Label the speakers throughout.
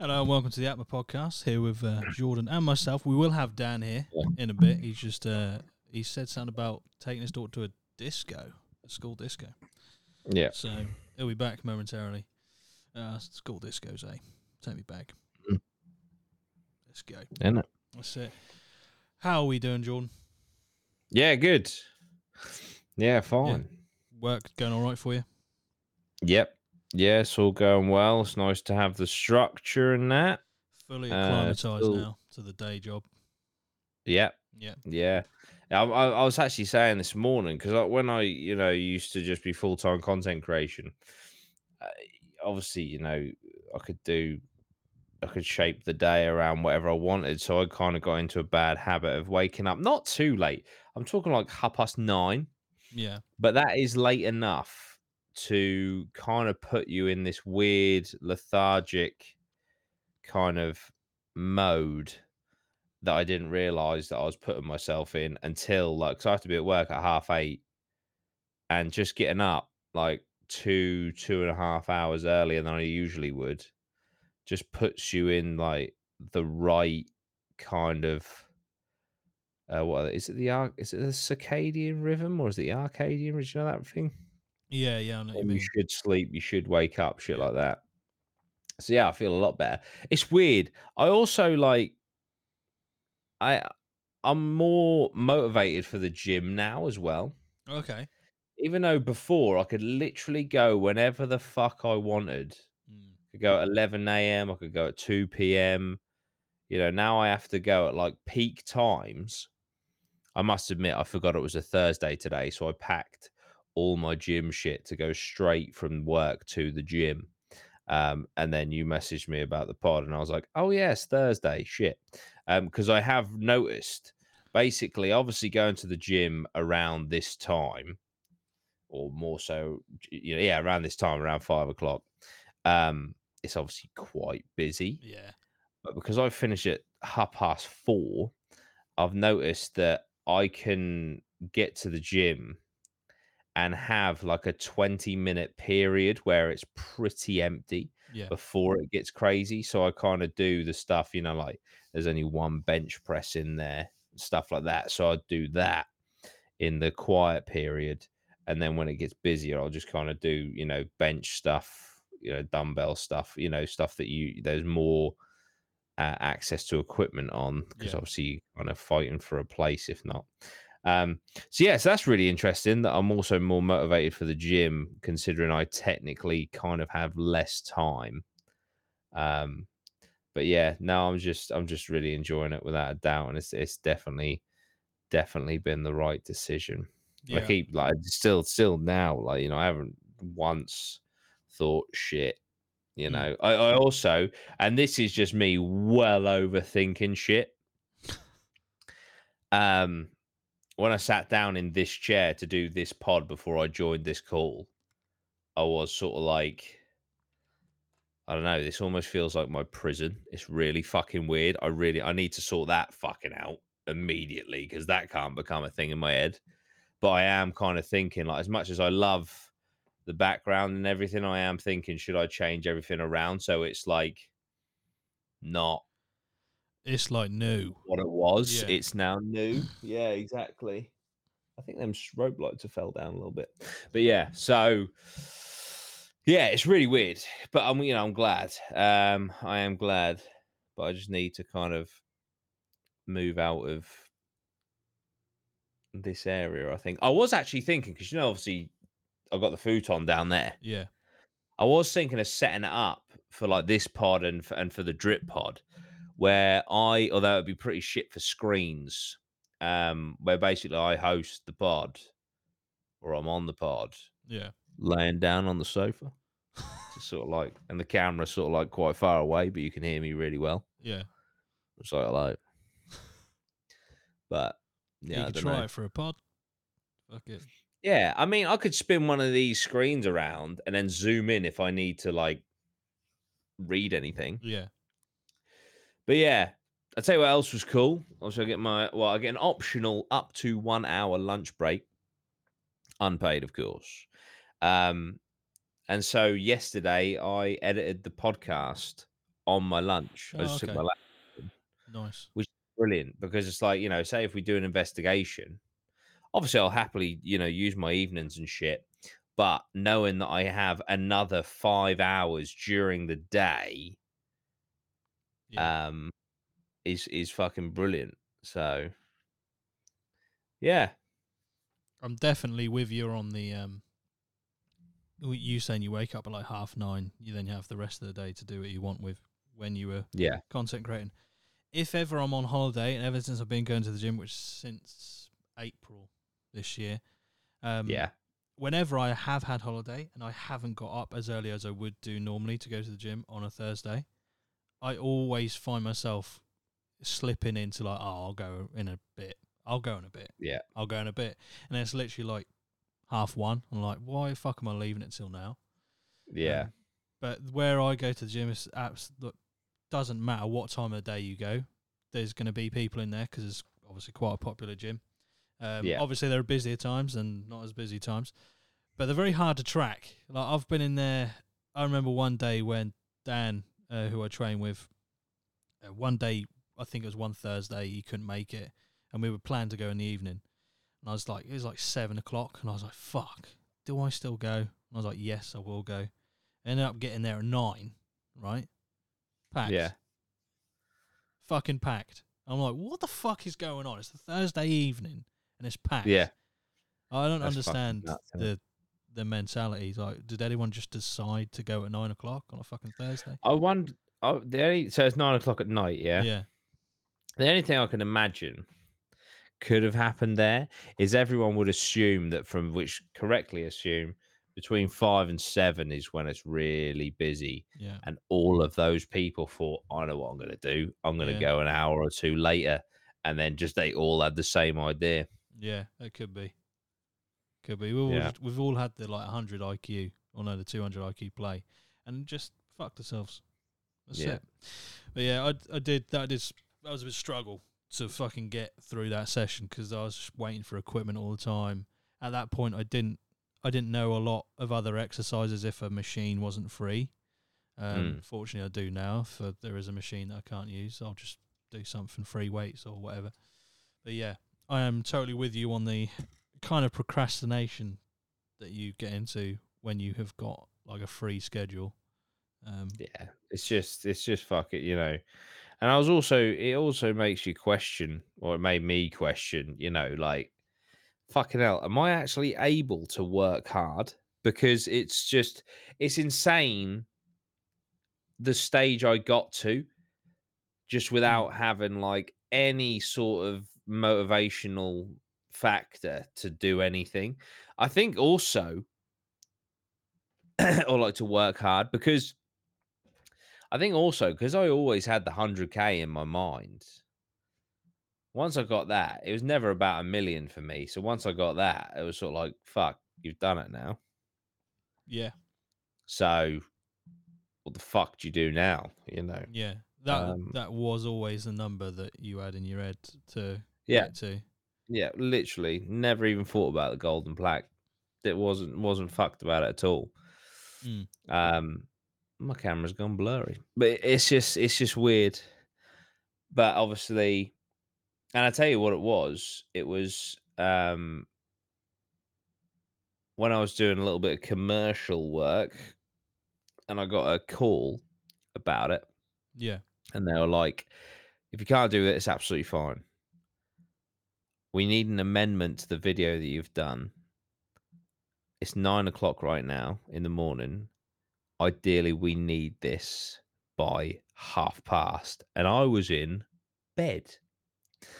Speaker 1: Uh, welcome to the Atma podcast here with uh, Jordan and myself. We will have Dan here in a bit. He's just uh, he said something about taking his daughter to a disco, a school disco.
Speaker 2: Yeah.
Speaker 1: So he'll be back momentarily. Uh, school discos, eh? Take me back.
Speaker 2: Mm.
Speaker 1: Let's go.
Speaker 2: Isn't it?
Speaker 1: That's it. How are we doing, Jordan?
Speaker 2: Yeah, good. Yeah, fine.
Speaker 1: Work going all right for you?
Speaker 2: Yep. Yeah, it's all going well. It's nice to have the structure and that.
Speaker 1: Fully
Speaker 2: Uh,
Speaker 1: acclimatized
Speaker 2: still-
Speaker 1: now to the day job.
Speaker 2: Yep.
Speaker 1: Yeah.
Speaker 2: Yeah. I, I, I was actually saying this morning because like when I, you know, used to just be full time content creation, uh, obviously, you know, I could do, I could shape the day around whatever I wanted. So I kind of got into a bad habit of waking up not too late. I'm talking like half past nine.
Speaker 1: Yeah.
Speaker 2: but that is late enough to kind of put you in this weird lethargic kind of mode that I didn't realize that I was putting myself in until like 'cause I have to be at work at half eight and just getting up like two two and a half hours earlier than I usually would just puts you in like the right kind of uh, what are they- is it? The arc? Is it the circadian rhythm or is it the arcadian? rhythm? Do you know that thing?
Speaker 1: Yeah. Yeah. I know what you
Speaker 2: When you
Speaker 1: mean.
Speaker 2: should sleep, you should wake up, shit like that. So yeah, I feel a lot better. It's weird. I also like. I uh, I'm more motivated for the gym now as well.
Speaker 1: Okay.
Speaker 2: Even though before I could literally go whenever the fuck I wanted.
Speaker 1: Mm.
Speaker 2: I could go at 11 a.m. I could go at 2 p.m. You know, now I have to go at like peak times. I must admit, I forgot it was a Thursday today. So I packed all my gym shit to go straight from work to the gym. Um, and then you messaged me about the pod, and I was like, oh, yes, Thursday, shit. Because I have noticed basically, obviously, going to the gym around this time, or more so, j- you know, yeah, around this time, around five o'clock, um, it's obviously quite busy
Speaker 1: Yeah.
Speaker 2: but because I finish at half past four, I've noticed that I can get to the gym and have like a 20 minute period where it's pretty empty
Speaker 1: Yeah.
Speaker 2: before it gets crazy. So I kind of do the stuff, you know, like there's only one bench press in there, stuff like that. So I do that in the quiet period. And then when it gets busier, I'll just kind of do, you know, bench stuff, you know, dumbbell stuff, you know, stuff that you, there's more uh, access to equipment on because
Speaker 1: Yeah.
Speaker 2: obviously you're kind of fighting for a place, if not. Um, so yeah, so that's really interesting that I'm also more motivated for the gym, considering I technically kind of have less time. Um, but yeah, no, I'm just I'm just really enjoying it without a doubt, and it's it's definitely definitely been the right decision.
Speaker 1: Yeah.
Speaker 2: I keep like still still now like you know I haven't once thought shit. You
Speaker 1: Mm.
Speaker 2: know, I, I also, and this is just me well overthinking shit. Um, when I sat down in this chair to do this pod before I joined this call, I was sort of like, I don't know, this almost feels like my prison. It's really fucking weird. I really, I need to sort that fucking out immediately because that can't become a thing in my head. But I am kind of thinking, like, as much as I love the background and everything, I am thinking, should I change everything around so it's like not
Speaker 1: It's like new.
Speaker 2: what it was.
Speaker 1: Yeah.
Speaker 2: It's now new. Yeah, exactly. I think them s- rope lights have fell down a little bit, but yeah. So yeah, it's really weird. But I'm you know I'm glad. Um, I am glad. But I just need to kind of move out of this area. I think I was actually thinking because you know obviously I got the futon down there.
Speaker 1: Yeah.
Speaker 2: I was thinking of setting it up for like this pod and for, and for the drip
Speaker 1: Mm-hmm.
Speaker 2: pod, where I although it'd be pretty shit for screens, um, where basically I host the pod, or I'm on the pod,
Speaker 1: Yeah.
Speaker 2: laying down on the sofa, just sort of like, and the camera's sort of like quite far away, but you can hear me really well.
Speaker 1: Yeah.
Speaker 2: It's like like, but yeah,
Speaker 1: you
Speaker 2: I
Speaker 1: could
Speaker 2: don't
Speaker 1: try
Speaker 2: know.
Speaker 1: it for a pod. Fuck it.
Speaker 2: Yeah, I mean, I could spin one of these screens around and then zoom in if I need to like read anything.
Speaker 1: Yeah.
Speaker 2: But yeah, I'll tell you what else was cool. Also, I get my well, I get an optional up to one hour lunch break, unpaid, of course. Um, and so yesterday I edited the podcast on my lunch. I
Speaker 1: Oh,
Speaker 2: just took
Speaker 1: okay.
Speaker 2: my lunch.
Speaker 1: Nice.
Speaker 2: Brilliant. Because it's like, you know, say if we do an investigation, obviously I'll happily, you know, use my evenings and shit. But knowing that I have another five hours during the day um is is fucking brilliant. So yeah.
Speaker 1: I'm definitely with you on the um. w- You saying you wake up at like half nine, you then have the rest of the day to do what you want with when you were
Speaker 2: Yeah.
Speaker 1: content creating. If ever I'm on holiday, and ever since I've been going to the gym, which since April this year, um,
Speaker 2: Yeah.
Speaker 1: whenever I have had holiday and I haven't got up as early as I would do normally to go to the gym on a Thursday, I always find myself slipping into like, oh, I'll go in a bit. I'll go in a bit.
Speaker 2: Yeah.
Speaker 1: I'll go in a bit. And it's literally like half one. I'm like, why the fuck am I leaving it till now?
Speaker 2: Yeah.
Speaker 1: Um, but where I go to the gym, it's abs- look, doesn't matter what time of the day you go. There's going to be people in there because it's obviously quite a popular gym. Um,
Speaker 2: Yeah.
Speaker 1: Obviously, there are busier times and not as busy times, but they're very hard to track. Like I've been in there. I remember one day when Dan, uh, who I train with, uh, one day I think it was one Thursday he couldn't make it, and we were planned to go in the evening. And I was like, it was like seven o'clock, and I was like, fuck, do I still go? And I was like, yes, I will go. Ended up getting there at nine, right? Packed.
Speaker 2: Yeah.
Speaker 1: Fucking packed. I'm like, what the fuck is going on? It's the Thursday evening and it's packed.
Speaker 2: Yeah.
Speaker 1: I don't
Speaker 2: That's fucking
Speaker 1: understand
Speaker 2: nuts, isn't
Speaker 1: the the mentality. Like, did anyone just decide to go at nine o'clock on a fucking Thursday?
Speaker 2: I wonder. Oh, the only so it's nine o'clock at night. Yeah?
Speaker 1: Yeah.
Speaker 2: The only thing I can imagine could have happened there is everyone would assume that from which correctly assume between five and seven is when it's really busy,
Speaker 1: Yeah.
Speaker 2: and all of those people thought, I know what I'm gonna do. I'm gonna
Speaker 1: Yeah.
Speaker 2: go an hour or two later, and then just they all had the same idea.
Speaker 1: Yeah. It could be. Could be. We've all,
Speaker 2: Yeah.
Speaker 1: we've all had the like 100 IQ or no, the 200 IQ play and just fucked ourselves. That's
Speaker 2: Yeah.
Speaker 1: it. But yeah, I, I did. That did. s- That was a bit struggle to fucking get through that session because I was waiting for equipment all the time. At that point, I didn't. I didn't know a lot of other exercises if a machine wasn't free.
Speaker 2: Hmm.
Speaker 1: Um, Fortunately, I do now. If uh, there is a machine that I can't use, I'll just do something free weights or whatever. But yeah, I am totally with you on the kind of procrastination that you get into when you have got like a free schedule. Um,
Speaker 2: Yeah, it's just it's just fuck it, you know. And I was also it also makes you question, or it made me question, you know, like fucking hell, am I actually able to work hard? Because it's just it's insane the stage I got to just without having like any sort of motivational factor to do anything. I think also or like to work hard because I think also because I always had the 100k in my mind. Once I got that, it was never about a million for me. So once I got that, it was sort of like, fuck, you've done it now.
Speaker 1: yeah,
Speaker 2: So what the fuck do you do now? You know?
Speaker 1: yeah. That
Speaker 2: Um,
Speaker 1: that was always the number that you had in your head to
Speaker 2: Yeah.
Speaker 1: get to.
Speaker 2: Yeah, literally never even thought about the golden plaque. It wasn't wasn't fucked about it at all.
Speaker 1: Mm.
Speaker 2: Um, my camera's gone blurry, but it- it's just it's just weird. But obviously, and I tell you what it was. It was um when I was doing a little bit of commercial work, and I got a call about it
Speaker 1: Yeah,
Speaker 2: and they were like, "If you can't do it, it's absolutely fine. We need an amendment to the video that you've done. It's nine o'clock right now in the morning. Ideally, we need this by half past." And I was in bed,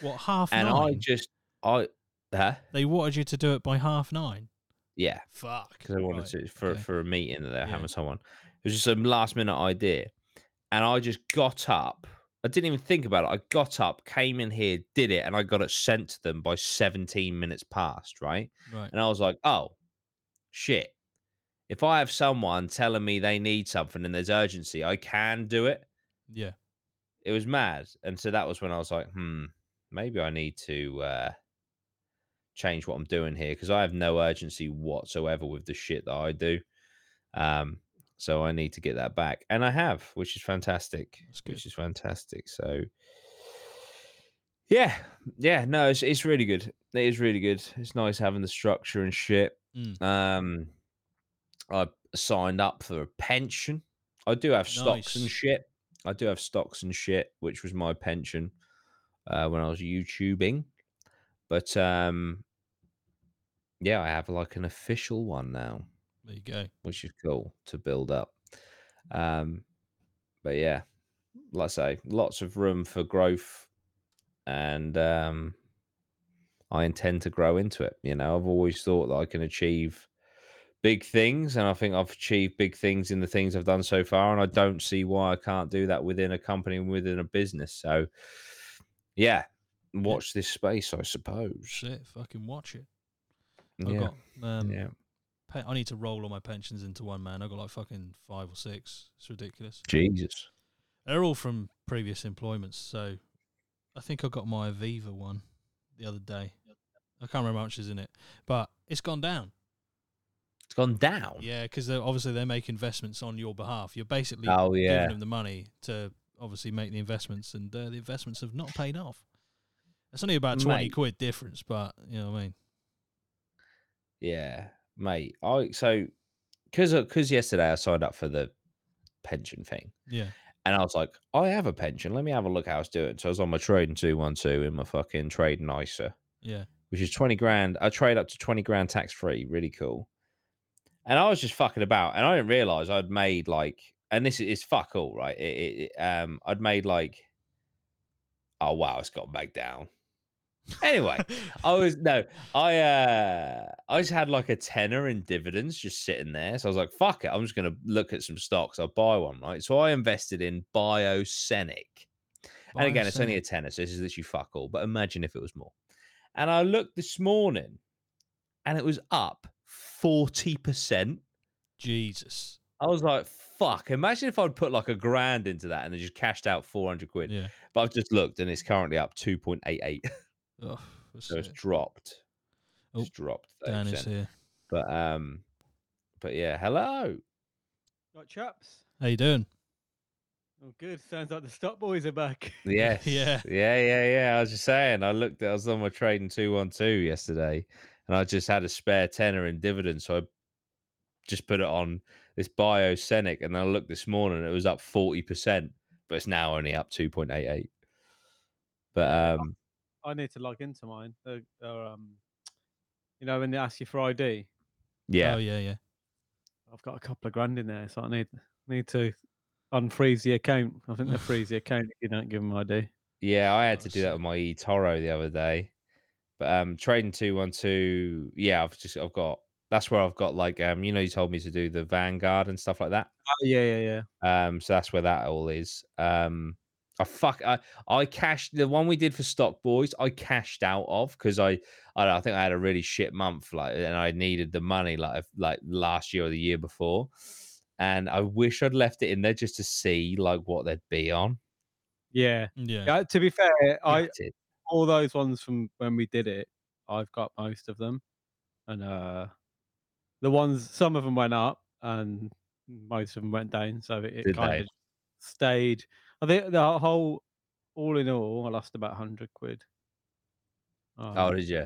Speaker 1: what half
Speaker 2: and I
Speaker 1: nine?
Speaker 2: just, I, huh?
Speaker 1: they wanted you to do it by half nine.
Speaker 2: Yeah,
Speaker 1: Fuck.
Speaker 2: because I wanted
Speaker 1: Right.
Speaker 2: to for
Speaker 1: okay.
Speaker 2: for a meeting that they're
Speaker 1: Yeah.
Speaker 2: having someone. It was just a last minute idea, and I just got up. I didn't even think about it. I got up, came in here, did it, and I got it sent to them by 17 minutes past, right?
Speaker 1: Right.
Speaker 2: And I was like, oh, shit. If I have someone telling me they need something and there's urgency, I can do it.
Speaker 1: Yeah.
Speaker 2: It was mad. And so that was when I was like, hmm, maybe I need to uh, change what I'm doing here because I have no urgency whatsoever with the shit that I do. Um, So I need to get that back. And I have, which is fantastic.
Speaker 1: That's good.
Speaker 2: Which is fantastic. So yeah. Yeah, no, it's it's really good. It is really good. It's nice having the structure and shit.
Speaker 1: Mm.
Speaker 2: Um I signed up for a pension. I do have stocks and
Speaker 1: Nice.
Speaker 2: shit. I do have stocks and shit, which was my pension uh, when I was YouTubing. But um yeah, I have like an official one now
Speaker 1: There you go.
Speaker 2: which is cool to build up. Um, but yeah, like I say, lots of room for growth, and um, I intend to grow into it. You know, I've always thought that I can achieve big things, and I think I've achieved big things in the things I've done so far, and I don't see why I can't do that within a company and within a business. So, yeah, watch this space, I suppose.
Speaker 1: Shit, fucking watch it. I've
Speaker 2: Yeah,
Speaker 1: got um,
Speaker 2: yeah.
Speaker 1: pe- I need to roll all my pensions into one man. I've got like fucking five or six. It's ridiculous.
Speaker 2: Jesus.
Speaker 1: They're all from previous employments, so I think I got my Aviva one the other day. I can't remember how much is in it, but it's gone down.
Speaker 2: It's gone down.
Speaker 1: Yeah, because obviously they make investments on your behalf. You're basically
Speaker 2: Oh
Speaker 1: giving
Speaker 2: yeah.
Speaker 1: them the money to obviously make the investments, and uh, the investments have not paid off. It's only about twenty
Speaker 2: Mate.
Speaker 1: quid difference, but you know what I mean.
Speaker 2: Yeah, mate. I so because because yesterday I signed up for the pension thing,
Speaker 1: Yeah,
Speaker 2: and I was like, I have a pension. Let me have a look how it's doing. So I was on my trading two one two in my fucking trade nicer,
Speaker 1: yeah,
Speaker 2: which is twenty grand. I trade up to twenty grand tax free. Really cool. And I was just fucking about, and I didn't realize I'd made like, and this is fuck all right. It, it, it- um, I'd made like, oh wow, it's got back down. Anyway, I was no, I uh I just had like a tenner in dividends just sitting there. So I was like, fuck it, I'm just gonna look at some stocks. I'll buy one, right? So I invested in Biosenic. And again, it's only a tenner, so this is literally fuck all. But imagine if it was more. And I looked this morning and it was up 40%.
Speaker 1: Jesus.
Speaker 2: I was like, fuck, imagine if I'd put like a grand into that and then just cashed out 400 quid.
Speaker 1: Yeah.
Speaker 2: But I've just looked and it's currently up 2.88.
Speaker 1: Oh, that's
Speaker 2: So it's
Speaker 1: it.
Speaker 2: dropped.
Speaker 1: Oh,
Speaker 2: It's dropped.
Speaker 1: Dan
Speaker 2: 30%.
Speaker 1: is here.
Speaker 2: But um, but yeah, hello.
Speaker 3: Right, chaps.
Speaker 1: How you doing?
Speaker 3: Oh, good. Sounds like the Stop Boys are back.
Speaker 2: Yes.
Speaker 1: Yeah.
Speaker 2: Yeah. Yeah. Yeah. I was just saying. I looked. I was on my trading two one two yesterday, and I just had a spare tenner in dividends, so I just put it on this Biosenic, and I looked this morning, and it was up forty percent, but it's now only up two point eight eight. But um,
Speaker 3: I need to log into mine. They're, they're, um, you know, when they ask you for ID,
Speaker 2: yeah,
Speaker 1: Oh yeah, yeah.
Speaker 3: I've got a couple of grand in there, so I need need to unfreeze the account. I think they freeze the account if you don't give them ID.
Speaker 2: yeah, I had
Speaker 1: Oh,
Speaker 2: to do that with my eToro the other day. But um, trading two one two, yeah, I've just I've got. That's where I've got like um, you know, you told me to do the Vanguard and stuff like that.
Speaker 3: Oh, yeah, yeah, yeah.
Speaker 2: Um, so that's where that all is. Um, I fuck I I cashed the one we did for Stock Boys. I cashed out of because I I, don't, I think I had a really shit month like, and I needed the money like like last year or the year before, and I wish I'd left it in there just to see like what they'd be on.
Speaker 3: Yeah.
Speaker 1: Yeah.
Speaker 3: yeah to be fair, I
Speaker 2: Fucked it.
Speaker 3: all those ones from when we did it, I've got most of them, and uh, the ones some of them went up and most of them went down, so it,
Speaker 2: Did
Speaker 3: it
Speaker 2: they?
Speaker 3: kind of stayed. I think the whole, all in all, I lost about hundred quid.
Speaker 2: oh,
Speaker 3: Um,
Speaker 2: did you?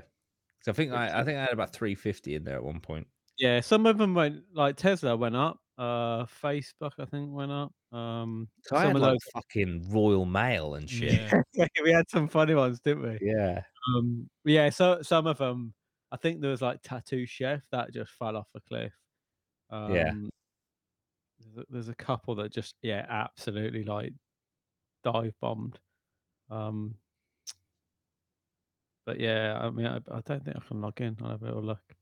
Speaker 2: 'Cause I think
Speaker 3: it's
Speaker 2: I, I think I had about three fifty in there at one point.
Speaker 3: yeah, some of them went like Tesla went up, uh, Facebook I think went up. Um,
Speaker 2: 'Cause I
Speaker 3: Some
Speaker 2: had
Speaker 3: of
Speaker 2: like
Speaker 3: those-
Speaker 2: fucking Royal Mail and shit. Yeah.
Speaker 1: Yeah.
Speaker 3: we had some funny ones, didn't we? Um, yeah, so some of them, I think there was like Tattoo Chef that just fell off a cliff. Um,
Speaker 2: Yeah.
Speaker 3: there's a- There's a couple that just, yeah, absolutely like dive bombed. Um, but yeah, I mean, I, I don't think I can log in. I'll have a little look.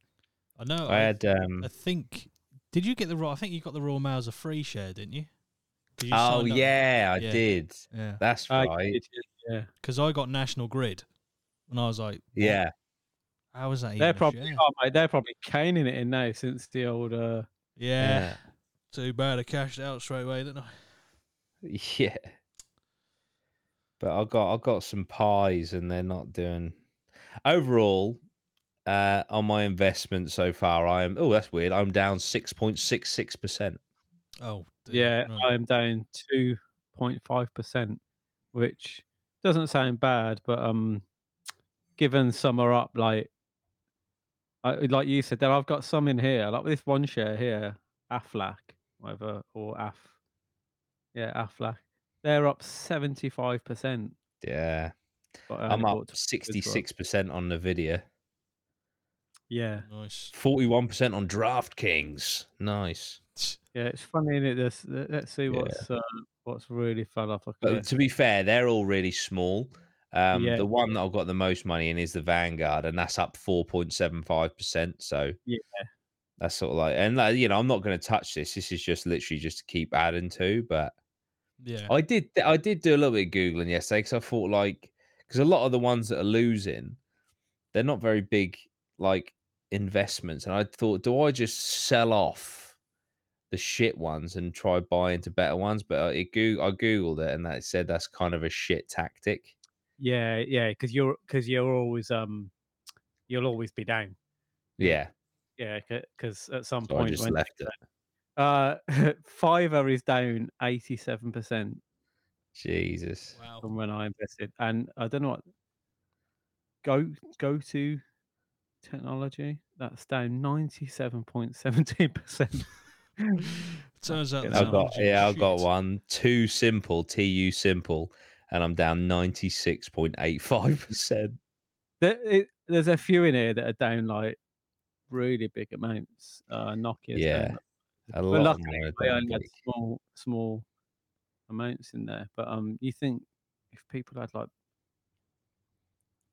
Speaker 1: Oh, I know.
Speaker 2: I had um,
Speaker 1: I think. Did you get the raw? I think you got the raw mail as a free share, didn't you? 'Cause you
Speaker 2: oh
Speaker 1: signed up-
Speaker 2: yeah, I
Speaker 1: yeah.
Speaker 2: did.
Speaker 1: yeah.
Speaker 2: That's
Speaker 3: Uh,
Speaker 2: right.
Speaker 3: it- it- yeah,
Speaker 1: Because I got National Grid, and I was like, what?
Speaker 2: Yeah.
Speaker 1: How was that? even
Speaker 3: they're
Speaker 1: a
Speaker 3: probably,
Speaker 1: share?
Speaker 3: oh, mate, they're probably caning it in now since the old. Uh,
Speaker 1: Yeah,
Speaker 2: Yeah.
Speaker 1: Too bad I cashed out straight away, didn't I?
Speaker 2: Yeah. But I got I got some pies and they're not doing overall uh on my investment so far I am oh that's weird. I'm down six point six six percent.
Speaker 1: Oh, dear,
Speaker 3: Yeah,
Speaker 1: right.
Speaker 3: I'm down 2.5%, which doesn't sound bad, but um, given some are up, like I, like you said, then I've got some in here, like this one share here, AFLAC, whatever, or AF. Yeah, AFLAC. They're up 75%.
Speaker 2: Yeah,
Speaker 3: But I
Speaker 2: I'm
Speaker 3: only
Speaker 2: up
Speaker 3: bought
Speaker 2: 66 percent on Nvidia,
Speaker 3: Yeah,
Speaker 1: nice.
Speaker 2: 41 percent on DraftKings. Nice.
Speaker 3: yeah, it's funny, is it? This, let- let's see
Speaker 2: Yeah.
Speaker 3: what's uh, what's really fell off. a
Speaker 2: But
Speaker 3: cliff.
Speaker 2: to be fair, they're all really small. Um,
Speaker 3: Yeah.
Speaker 2: The one that I've got the most money in is the Vanguard, and that's up 4.75%. So,
Speaker 3: Yeah.
Speaker 2: that's sort of like, and like, you know, I'm not going to touch this. This is just literally just to keep adding to. But
Speaker 1: Yeah,
Speaker 2: I did, I did do a little bit of Googling yesterday because I thought, like, because a lot of the ones that are losing, they're not very big, like, investments. And I thought, do I just sell off the shit ones and try buy into better ones? But I- it, Goo- I Googled it and that said that's kind of a shit tactic.
Speaker 3: Yeah, yeah, because you're because you're always um, you'll always be down.
Speaker 2: Yeah.
Speaker 3: Yeah, because at some
Speaker 2: So I
Speaker 3: point,
Speaker 2: just
Speaker 3: when-
Speaker 2: left it.
Speaker 3: uh, Fiverr is down eighty seven percent
Speaker 2: Jesus.
Speaker 1: wow.
Speaker 3: from when I invested, and I don't know what go go to technology that's down ninety seven point seventeen percent.
Speaker 1: Turns out,
Speaker 3: I've
Speaker 1: there's
Speaker 2: I've got,
Speaker 1: allergy.
Speaker 2: yeah, I've got
Speaker 1: Shit.
Speaker 2: one. Too simple, TU simple, and I'm down 96.85%.
Speaker 3: There, it, there's a few in here that are down like really big amounts. Uh, Nokia,
Speaker 2: Yeah, A lot
Speaker 3: But
Speaker 2: of
Speaker 3: luckily,
Speaker 2: mine are
Speaker 3: I
Speaker 2: down
Speaker 3: only had
Speaker 2: big.
Speaker 3: small, small amounts in there. But um, you think if people had like,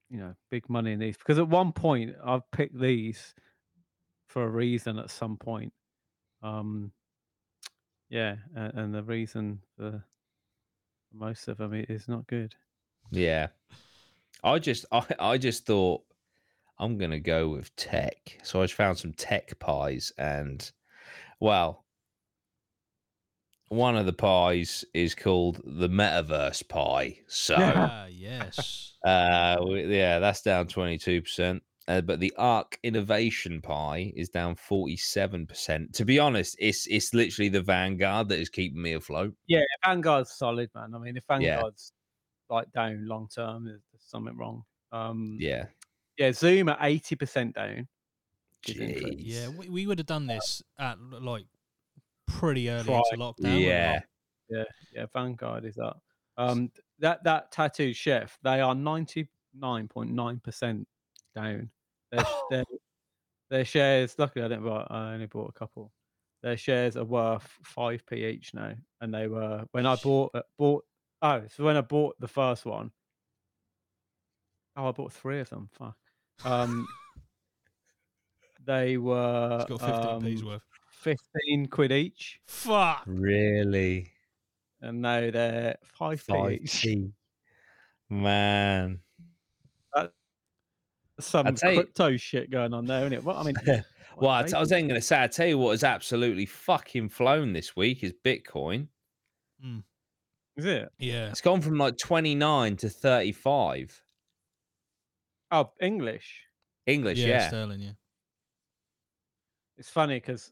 Speaker 3: you know, big money in these, because at one point I've picked these for a reason. At some point, um, yeah, and, and the reason for most of them is not good.
Speaker 2: Yeah. I just I, I just thought I'm gonna go with tech. So I just found some tech pies and well one of the pies is called the metaverse pie. So
Speaker 1: Ah, yes.
Speaker 2: uh w- yeah, that's down 22%. Uh, but the Arc Innovation Pie is down 47%. To be honest, it's it's literally the Vanguard that is keeping me afloat.
Speaker 3: Yeah, Vanguard's solid, man. I mean, if
Speaker 2: Yeah.
Speaker 3: Vanguard's like down long term, there's there's something wrong. Um, yeah.
Speaker 2: Yeah.
Speaker 3: Zoom at eighty percent down. It's interesting.
Speaker 1: Yeah,
Speaker 2: Jeez.
Speaker 1: we, we would have done this at l- like pretty early into lockdown. wouldn't we?
Speaker 2: Yeah.
Speaker 3: Yeah, Vanguard is up. Um, th- that that tattooed chef, they are ninety nine point nine percent down. Their, sh- their their shares. Luckily, I didn't buy. I only bought a couple. Their shares are worth five p each now, and they were when I bought uh, bought. Oh, so when I bought the first one. Oh, I bought three of them. Fuck. Um, they were
Speaker 1: It's got 15 p's
Speaker 3: um,
Speaker 1: worth.
Speaker 3: fifteen quid each,
Speaker 1: Fuck.
Speaker 2: Really?
Speaker 3: and now they're five p
Speaker 2: Five
Speaker 3: each.
Speaker 2: T. Man.
Speaker 3: some
Speaker 2: tell you-
Speaker 3: crypto shit going on there, isn't it? Well, I mean,
Speaker 2: Well,
Speaker 3: what
Speaker 2: I t- I was
Speaker 3: they
Speaker 2: then going to say, I tell you what has absolutely fucking flown this week is Bitcoin.
Speaker 3: do- is it?
Speaker 1: Yeah.
Speaker 2: It's gone from like 29 to 35.
Speaker 3: Oh, English.
Speaker 2: English,
Speaker 1: yeah,
Speaker 2: yeah.
Speaker 1: Sterling, yeah.
Speaker 3: It's funny because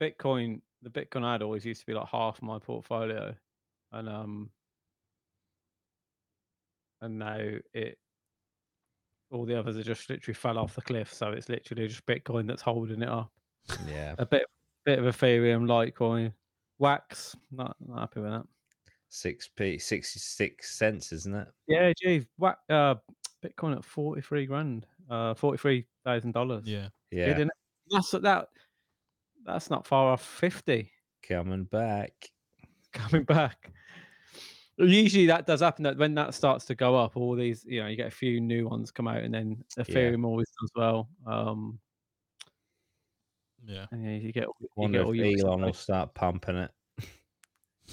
Speaker 3: Bitcoin, the Bitcoin I had always used to be like half my portfolio, and um, and now it, all the others are just literally fell off the cliff. So it's literally just Bitcoin that's holding it up.
Speaker 2: yeah.
Speaker 3: A bit, bit of Ethereum, Litecoin, Wax. Not, not happy with that.
Speaker 2: 6p, 66 cents, isn't it?
Speaker 3: Yeah, geez, whack, uh, Bitcoin at forty three grand, uh, forty three thousand dollars.
Speaker 1: Yeah.
Speaker 2: Yeah.
Speaker 3: Good, innit? That's that. That's not far off fifty
Speaker 2: Coming back.
Speaker 3: coming back. Usually that does happen. That when that starts to go up, all these you know you get a few new ones come out, and then Ethereum always does well. Um,
Speaker 1: Yeah.
Speaker 3: and yeah, you get all- you
Speaker 2: Wonder
Speaker 3: get all your
Speaker 2: if Elon will start pumping it.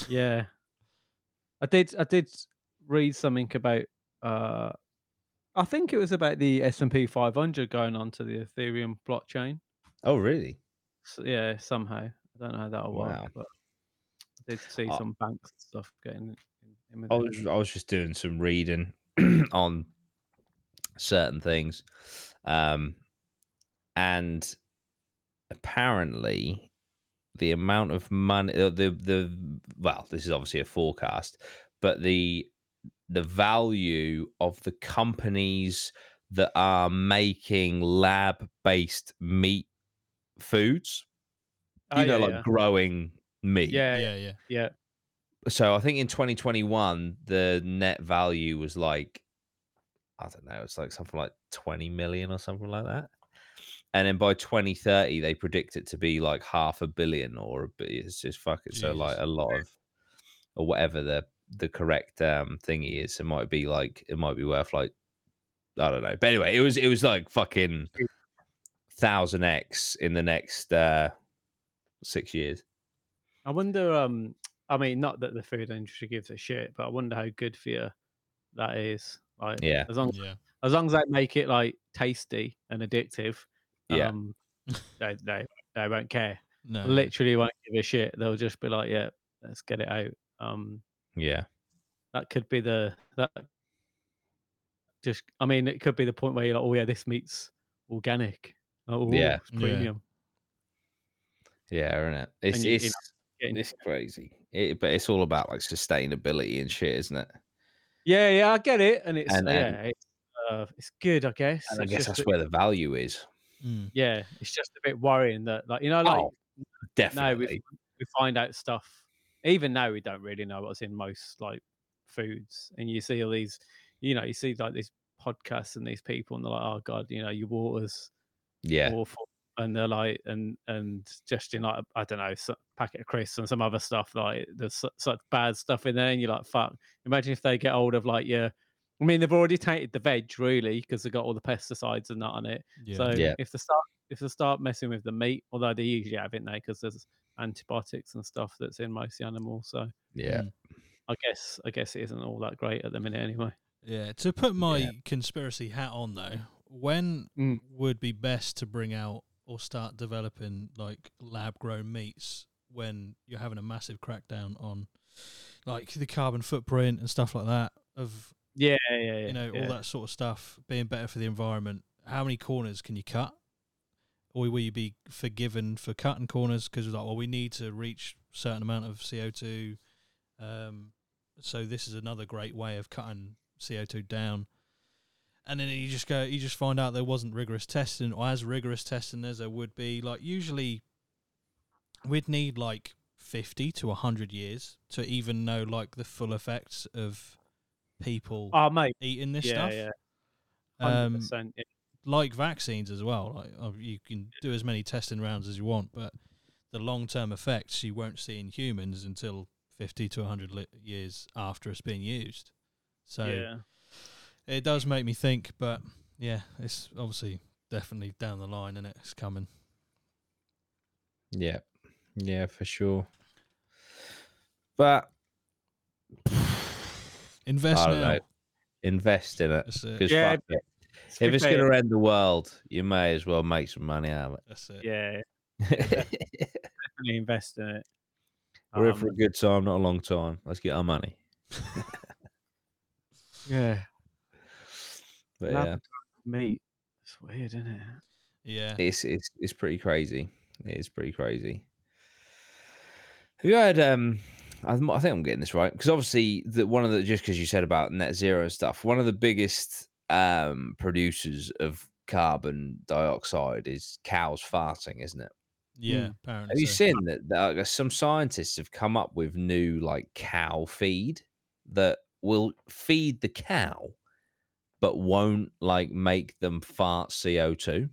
Speaker 3: Yeah. I did I did read something about uh I think it was about the S&P 500 going on to the Ethereum blockchain.
Speaker 2: Oh, really?
Speaker 3: S yeah, somehow. I don't know how that'll
Speaker 2: Wow.
Speaker 3: work, but I did see
Speaker 2: Uh,
Speaker 3: some banks and stuff getting in, in with
Speaker 2: I
Speaker 3: it.
Speaker 2: was uh, I was just doing some reading on certain things, um, and apparently the amount of money uh, the the well this is obviously a forecast but the the value of the companies that are making lab based meat foods you
Speaker 3: Oh,
Speaker 2: know
Speaker 3: yeah,
Speaker 2: like growing meat
Speaker 3: yeah,
Speaker 1: yeah,
Speaker 3: yeah,
Speaker 1: yeah.
Speaker 3: yeah.
Speaker 2: so I think in 2021 the net value was like I don't know, it's like something like 20 million or something like that. And then by 2030 they predict it to be like half a billion or a bi- it's just fuck it. So like
Speaker 1: Jesus.
Speaker 2: a lot of or whatever the the correct um thingy is, it might be like it might be worth like I don't know. But anyway, it was it was like fucking thousand X in the next uh six years.
Speaker 3: I wonder. Um, I mean, not that the food industry gives a shit, but I wonder how good for you that is. Like,
Speaker 2: Yeah.
Speaker 3: as long
Speaker 1: yeah.
Speaker 3: as long as they make it like tasty and addictive,
Speaker 2: Yeah.
Speaker 3: um, they, they they won't care.
Speaker 1: No.
Speaker 3: Literally won't give a shit. They'll just be like, yeah, let's get it out. Um,
Speaker 2: Yeah.
Speaker 3: that could be the that just. I mean, it could be the point where you're like, oh yeah, this meat's organic. Oh
Speaker 2: Yeah.
Speaker 3: it's
Speaker 1: Yeah.
Speaker 3: premium.
Speaker 2: Yeah, isn't it? It's
Speaker 3: you- you know,
Speaker 2: it's,
Speaker 3: getting-
Speaker 2: it's crazy. It, but it's all about like sustainability and shit, isn't it?
Speaker 3: Yeah, yeah, I get it, and it's
Speaker 2: And- and-
Speaker 3: yeah, it's, uh, it's good, I guess.
Speaker 2: And I
Speaker 3: It's
Speaker 2: guess
Speaker 3: just
Speaker 2: that's
Speaker 3: a-
Speaker 2: where the value is.
Speaker 1: Mm.
Speaker 3: Yeah, it's just a bit worrying that, like, you know, like
Speaker 2: oh,
Speaker 3: now
Speaker 2: definitely.
Speaker 3: we, we find out stuff. Even now, we don't really know what's in most like foods, and you see all these, you know, you see like these podcasts and these people, and they're like, "Oh God, you know, your water's
Speaker 2: yeah,
Speaker 3: awful," and they're like, and and just in like I don't know, so, packet of crisps and some other stuff. Like there's su- such bad stuff in there, and you're like, "Fuck!" Imagine if they get hold of like your. I mean, they've already tainted the veg, really, because they've got all the pesticides and that on it.
Speaker 1: Yeah.
Speaker 3: So
Speaker 2: Yeah.
Speaker 3: if they start if they start messing with the meat, although they usually have it now because there's antibiotics and stuff that's in most animals. So
Speaker 2: yeah.
Speaker 1: Mm.
Speaker 3: I guess I guess it isn't all that great at the minute anyway.
Speaker 1: Yeah. To put my conspiracy hat on though, when
Speaker 3: Mm.
Speaker 1: would be best to bring out or start developing like lab grown meats when you're having a massive crackdown on like the carbon footprint and stuff like that of
Speaker 3: Yeah, yeah, yeah.
Speaker 1: you know
Speaker 3: yeah.
Speaker 1: all that sort of stuff being better for the environment how many corners can you cut or will you be forgiven for cutting corners because like well we need to reach certain amount of co2 um so this is another great way of cutting co2 down and then you just go you just find out there wasn't rigorous testing or as rigorous testing as there would be like usually we'd need like 50 to 100 years to even know like the full effects of people
Speaker 3: Oh mate,
Speaker 1: eating this
Speaker 3: yeah,
Speaker 1: stuff.
Speaker 3: yeah.
Speaker 1: Um,
Speaker 3: 100%, yeah.
Speaker 1: like vaccines as well. Like uh, you can do as many testing rounds as you want, but the long term effects you won't see in humans until fifty to hundred li- years after it's been used. So
Speaker 3: yeah.
Speaker 1: it does make me think, but yeah, it's obviously definitely down the line and it's coming.
Speaker 2: Yeah. Yeah, for sure. But
Speaker 1: Invest
Speaker 2: don't know.
Speaker 1: now.
Speaker 2: invest in it.
Speaker 1: That's it.
Speaker 2: Because
Speaker 3: Yeah,
Speaker 2: fuck it.
Speaker 3: To
Speaker 2: if
Speaker 3: be
Speaker 2: it's
Speaker 3: fair,
Speaker 2: going to end the world, you may as well make some money out
Speaker 1: That's it.
Speaker 3: yeah,
Speaker 2: of it.
Speaker 3: definitely invest in it.
Speaker 2: We're in for a
Speaker 3: Um,
Speaker 2: good time, not a long time. Let's get our money.
Speaker 3: yeah,
Speaker 2: But
Speaker 3: lab
Speaker 2: yeah,
Speaker 3: meat. It's weird, isn't it?
Speaker 1: Yeah.
Speaker 2: it's, it's, it's pretty crazy. It is pretty crazy. Have you heard? Um, I, m- I think I'm getting this right because obviously the one of the just because you said about net zero and stuff, one of the biggest um producers of carbon dioxide is cows farting, isn't it?
Speaker 1: Yeah.
Speaker 3: Mm.
Speaker 1: Apparently.
Speaker 2: Have you
Speaker 1: so.
Speaker 2: seen that, that, uh, some scientists have come up with new like cow feed that will feed the cow, but won't like make them fart CO two?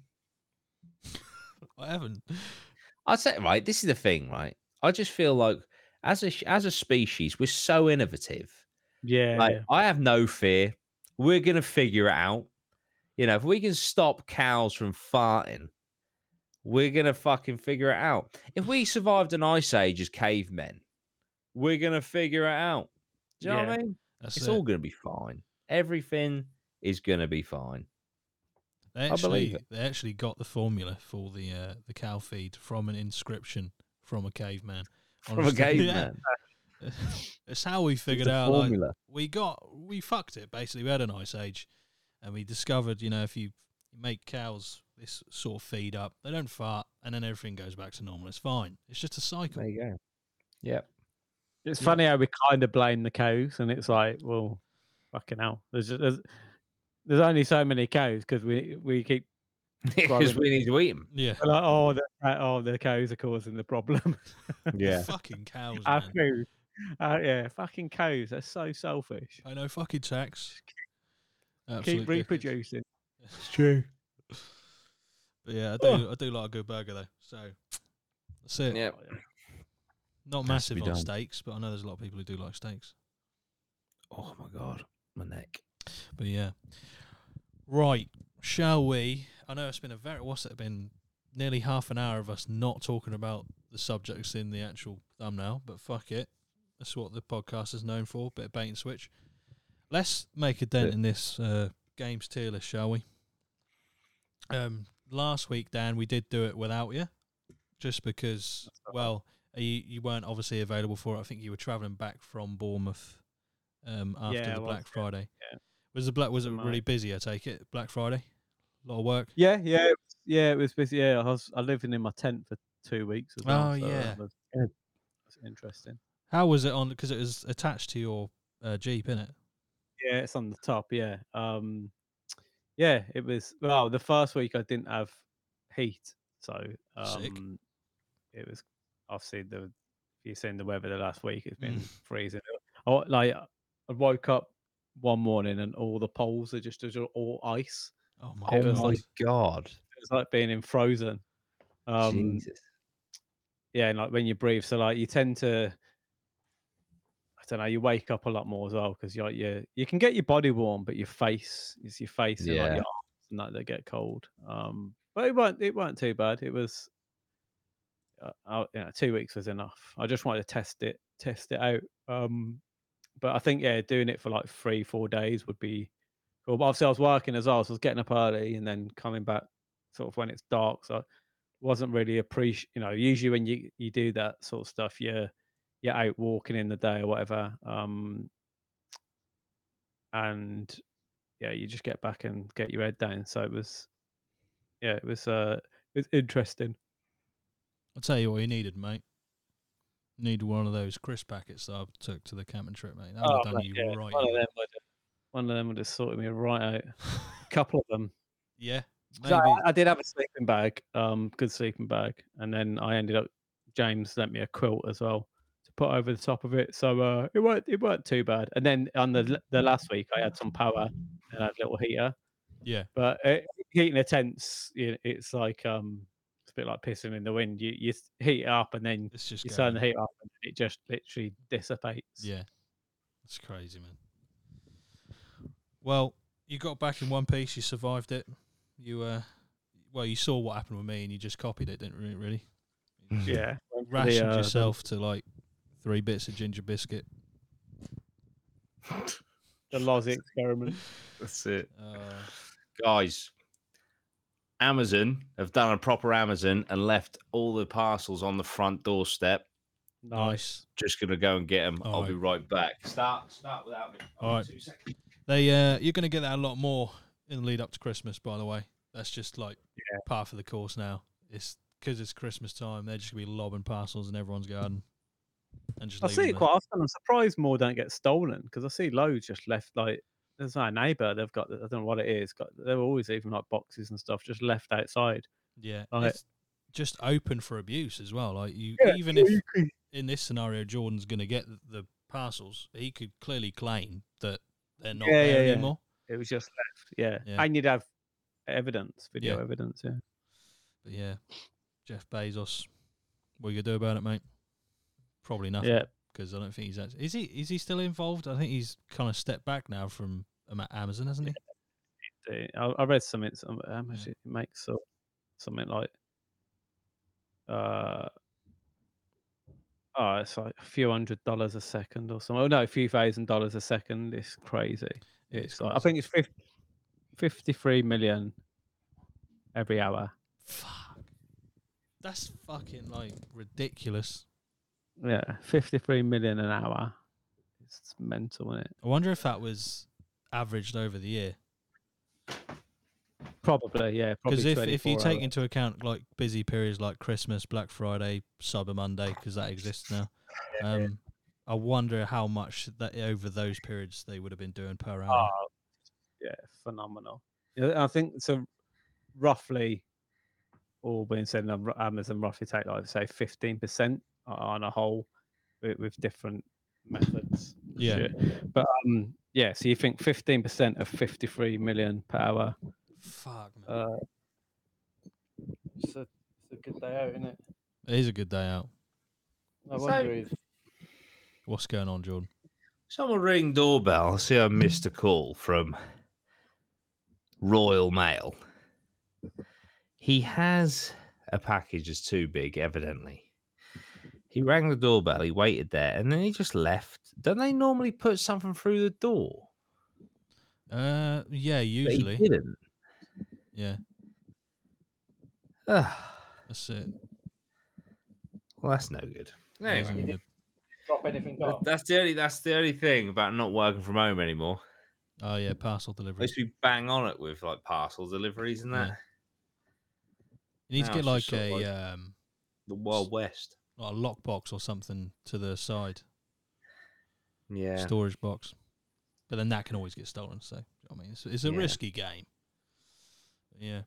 Speaker 1: I haven't.
Speaker 2: I say right. This is the thing, right? I just feel like as a sh- as a species, we're so innovative.
Speaker 3: Yeah,
Speaker 2: Like,
Speaker 3: yeah.
Speaker 2: I have no fear. We're gonna figure it out. You know, if we can stop cows from farting, we're gonna fucking figure it out. If we survived an ice age as cavemen, we're gonna figure it out. Do you know what I mean?
Speaker 1: That's
Speaker 2: It's
Speaker 1: it.
Speaker 2: all gonna be fine. Everything is gonna be fine.
Speaker 1: They
Speaker 2: I believe
Speaker 1: actually, they actually got the formula for the uh, the cow feed from an inscription from a caveman.
Speaker 2: From a
Speaker 1: Honestly, yeah.
Speaker 2: caveman.
Speaker 1: It's how we
Speaker 2: It's
Speaker 1: figured
Speaker 2: the
Speaker 1: out. Like,
Speaker 2: formula.
Speaker 1: we got we fucked it basically. We had an ice age, and we discovered you know if you You make cows this sort of feed up. They don't fart, and then everything goes back to normal. It's fine. It's just a cycle.
Speaker 2: There you go. Yep.
Speaker 3: It's
Speaker 1: Yeah.
Speaker 3: funny how we kind of blame the cows, and it's like, well, fucking hell. There's just, there's, there's only so many cows because we we keep
Speaker 2: Because we need to eat them.
Speaker 1: Yeah.
Speaker 3: like, oh, the, uh, oh, the cows are causing the problem.
Speaker 1: Fucking cows.
Speaker 3: Our
Speaker 1: man.
Speaker 3: food, uh, yeah, fucking cows. They're so selfish.
Speaker 1: I know fucking tax.
Speaker 3: keep reproducing.
Speaker 1: It's true. But yeah, I do. I do like a good burger though. So that's it.
Speaker 2: Yep.
Speaker 1: Not
Speaker 2: Has to
Speaker 1: massive
Speaker 2: be
Speaker 1: on
Speaker 2: done.
Speaker 1: steaks, but I know there's a lot of people who do like steaks.
Speaker 2: Oh my god, my neck.
Speaker 1: But yeah, right. Shall we? I know it's been a very. What's it been? Nearly half an hour of us not talking about the subjects in the actual thumbnail, but fuck it. That's what the podcast is known for. Bit of bait and switch. Let's make a dent
Speaker 2: Yeah.
Speaker 1: in this uh, games tier list, shall we? Um, last week, Dan, we did do it without you, just because. Well, you you weren't obviously available for it. I think you were travelling back from Bournemouth um, after
Speaker 3: Yeah, I
Speaker 1: the
Speaker 3: was,
Speaker 1: Black
Speaker 3: yeah,
Speaker 1: Friday.
Speaker 3: yeah.
Speaker 1: Was the black? Was it
Speaker 3: Wasn't
Speaker 1: really
Speaker 3: mine.
Speaker 1: busy? I take it Black Friday, a lot of work.
Speaker 3: Yeah, yeah, it was- yeah. It was busy. Yeah, I was I living in my tent for two weeks as well.
Speaker 1: Oh,
Speaker 3: so
Speaker 1: yeah.
Speaker 3: that was, that's interesting.
Speaker 1: How was it on? Because it was attached to your uh, Jeep, innit?
Speaker 3: Yeah, it's on the top. Yeah. Um, yeah, it was. Well, the first week I didn't have heat, so
Speaker 1: Sick.
Speaker 3: um, it was obviously the. If you've seen the weather the last week, it's been freezing. I, wa- like I woke up one morning and all the poles are just, just all ice.
Speaker 1: Oh my
Speaker 2: Oh
Speaker 3: It was
Speaker 2: my
Speaker 1: god!
Speaker 3: like-
Speaker 2: god,
Speaker 3: It's like being in frozen. Um,
Speaker 2: Jesus.
Speaker 3: yeah, and like when you breathe, so like you tend to, I don't know, you wake up a lot more as well because you like you you can get your body warm, but your face is your face and like your
Speaker 2: Yeah.
Speaker 3: arms and that they get cold. Um, but it weren't it weren't too bad. It was, uh, uh, you know, two weeks was enough. I just wanted to test it test it out. Um, but I think yeah, doing it for like three four days would be cool. But obviously I was working as well, so I was getting up early and then coming back sort of when it's dark. So wasn't really appreciate you know usually when you you do that sort of stuff you're you're out walking in the day or whatever um and yeah you just get back and get your head down so it was yeah it was uh it's interesting
Speaker 1: I'll tell you what you needed, mate. Need one of those crisp packets that I took to the camping trip, mate. That would have done
Speaker 3: Oh, mate,
Speaker 1: you
Speaker 3: yeah,
Speaker 1: right.
Speaker 3: one, of
Speaker 1: in.
Speaker 3: them would, one of them would have sorted me right out a couple of them
Speaker 1: yeah, maybe.
Speaker 3: So I, I did have a sleeping bag, um, good sleeping bag, and then I ended up. James lent me a quilt as well to put over the top of it, so uh, it weren't it weren't too bad. And then on the l- the last week, I had some power and I had a little heater,
Speaker 1: yeah,
Speaker 3: but uh heating a tent's you know, it's like um, it's a bit like pissing in the wind. You you s- heat it up and then
Speaker 1: it's just
Speaker 3: you
Speaker 1: going-
Speaker 3: turn the heat up and it just literally dissipates.
Speaker 1: Yeah. It's crazy, man. Well, you got back in one piece, you survived it. You uh well, you saw what happened with me and you just copied it, didn't you really?
Speaker 3: yeah. went for the,
Speaker 1: Rationed
Speaker 3: uh,
Speaker 1: yourself to like three bits of ginger biscuit.
Speaker 3: the Loz experiment.
Speaker 2: That's it,
Speaker 1: Uh,
Speaker 2: guys. Amazon have done a proper Amazon and left all the parcels on the front doorstep.
Speaker 1: nice.
Speaker 2: Just gonna go and get them.
Speaker 1: All
Speaker 2: I'll
Speaker 1: right.
Speaker 2: be right back. Start, start without me.
Speaker 1: All
Speaker 2: Oh,
Speaker 1: right.
Speaker 2: two seconds.
Speaker 1: They uh you're gonna get that a lot more in the lead up to Christmas, by the way. That's just like
Speaker 3: Yeah.
Speaker 1: part of the course now. It's because it's Christmas time, they're just gonna be lobbing parcels in everyone's garden. And just
Speaker 3: I see it
Speaker 1: leaving them
Speaker 3: quite often. I'm surprised more don't get stolen because I see loads just left. Like there's my neighbour, they've got I don't know what it is. Got they're always even like boxes and stuff just left outside.
Speaker 1: Yeah,
Speaker 3: Like-
Speaker 1: it's just open for abuse as well. Like you, even if in this scenario Jordan's going to get th- the parcels, he could clearly claim that they're not
Speaker 3: Yeah,
Speaker 1: there
Speaker 3: yeah, yeah.
Speaker 1: anymore.
Speaker 3: it was just left, yeah.
Speaker 1: Yeah.
Speaker 3: and you'd have evidence, video
Speaker 1: Yeah.
Speaker 3: evidence. Yeah,
Speaker 1: But yeah, Jeff Bezos, what are you gonna do about it, mate? Probably nothing
Speaker 3: yeah.
Speaker 1: because I don't think he's actually, is he is he still involved? I think he's kind of stepped back now from Ama- Amazon, hasn't he?
Speaker 3: Dude, I, I read something. Some, how much
Speaker 1: Yeah.
Speaker 3: it makes so something like uh. Oh, it's like a few hundred dollars a second or something. Oh no, a few thousand dollars a second. It's crazy. It's like, I think it's 50, 53 million every hour.
Speaker 1: fuck. That's fucking like ridiculous.
Speaker 3: Yeah, 53 million an hour. It's mental, isn't it?
Speaker 1: I wonder if that was averaged over the year.
Speaker 3: Probably, yeah.
Speaker 1: Because
Speaker 3: Because
Speaker 1: if, if you take into account like busy periods like Christmas, Black Friday, Cyber Monday, because that exists now, um, I wonder how much that over those periods they would have been doing per hour.
Speaker 3: Oh, yeah, phenomenal. Yeah, I think so. Roughly, all being said, now, Ru- Amazon roughly take like say fifteen percent on a whole with, with different methods. and
Speaker 1: Yeah.
Speaker 3: shit. but um, yeah. So you think fifteen percent of fifty-three million per hour?
Speaker 1: Fuck, man.
Speaker 3: Uh, it's, a, it's a good day out, isn't it?
Speaker 1: it is Uh, a good day out.
Speaker 3: No
Speaker 2: So-
Speaker 3: wonder he's
Speaker 1: What's going on, Jordan?
Speaker 2: Someone ring doorbell. I see I missed a call from Royal Mail. He has a package that's too big, evidently. He rang the doorbell, he waited there, and then he just left. Don't they normally put something through the door?
Speaker 1: Uh, yeah,
Speaker 2: But he
Speaker 1: usually,
Speaker 2: didn't.
Speaker 1: yeah,
Speaker 2: Ugh,
Speaker 1: that's it.
Speaker 2: well, that's no good.
Speaker 1: That
Speaker 2: Anyway.
Speaker 1: wasn't good.
Speaker 3: drop anything
Speaker 2: Th- That's the only that's the only thing about not working from home anymore.
Speaker 1: Oh yeah, parcel
Speaker 2: I
Speaker 1: delivery.
Speaker 2: used to be bang on it with like parcel deliveries and
Speaker 1: Yeah.
Speaker 2: that.
Speaker 1: You need
Speaker 2: now
Speaker 1: to get
Speaker 2: it's just
Speaker 1: like
Speaker 2: sort of
Speaker 1: a
Speaker 2: like-
Speaker 1: um,
Speaker 2: The Wild West.
Speaker 1: like a lockbox or something to the side,
Speaker 2: Yeah.
Speaker 1: storage box. But then that can always get stolen. So I mean, it's, it's a
Speaker 2: Yeah.
Speaker 1: risky game. Yeah.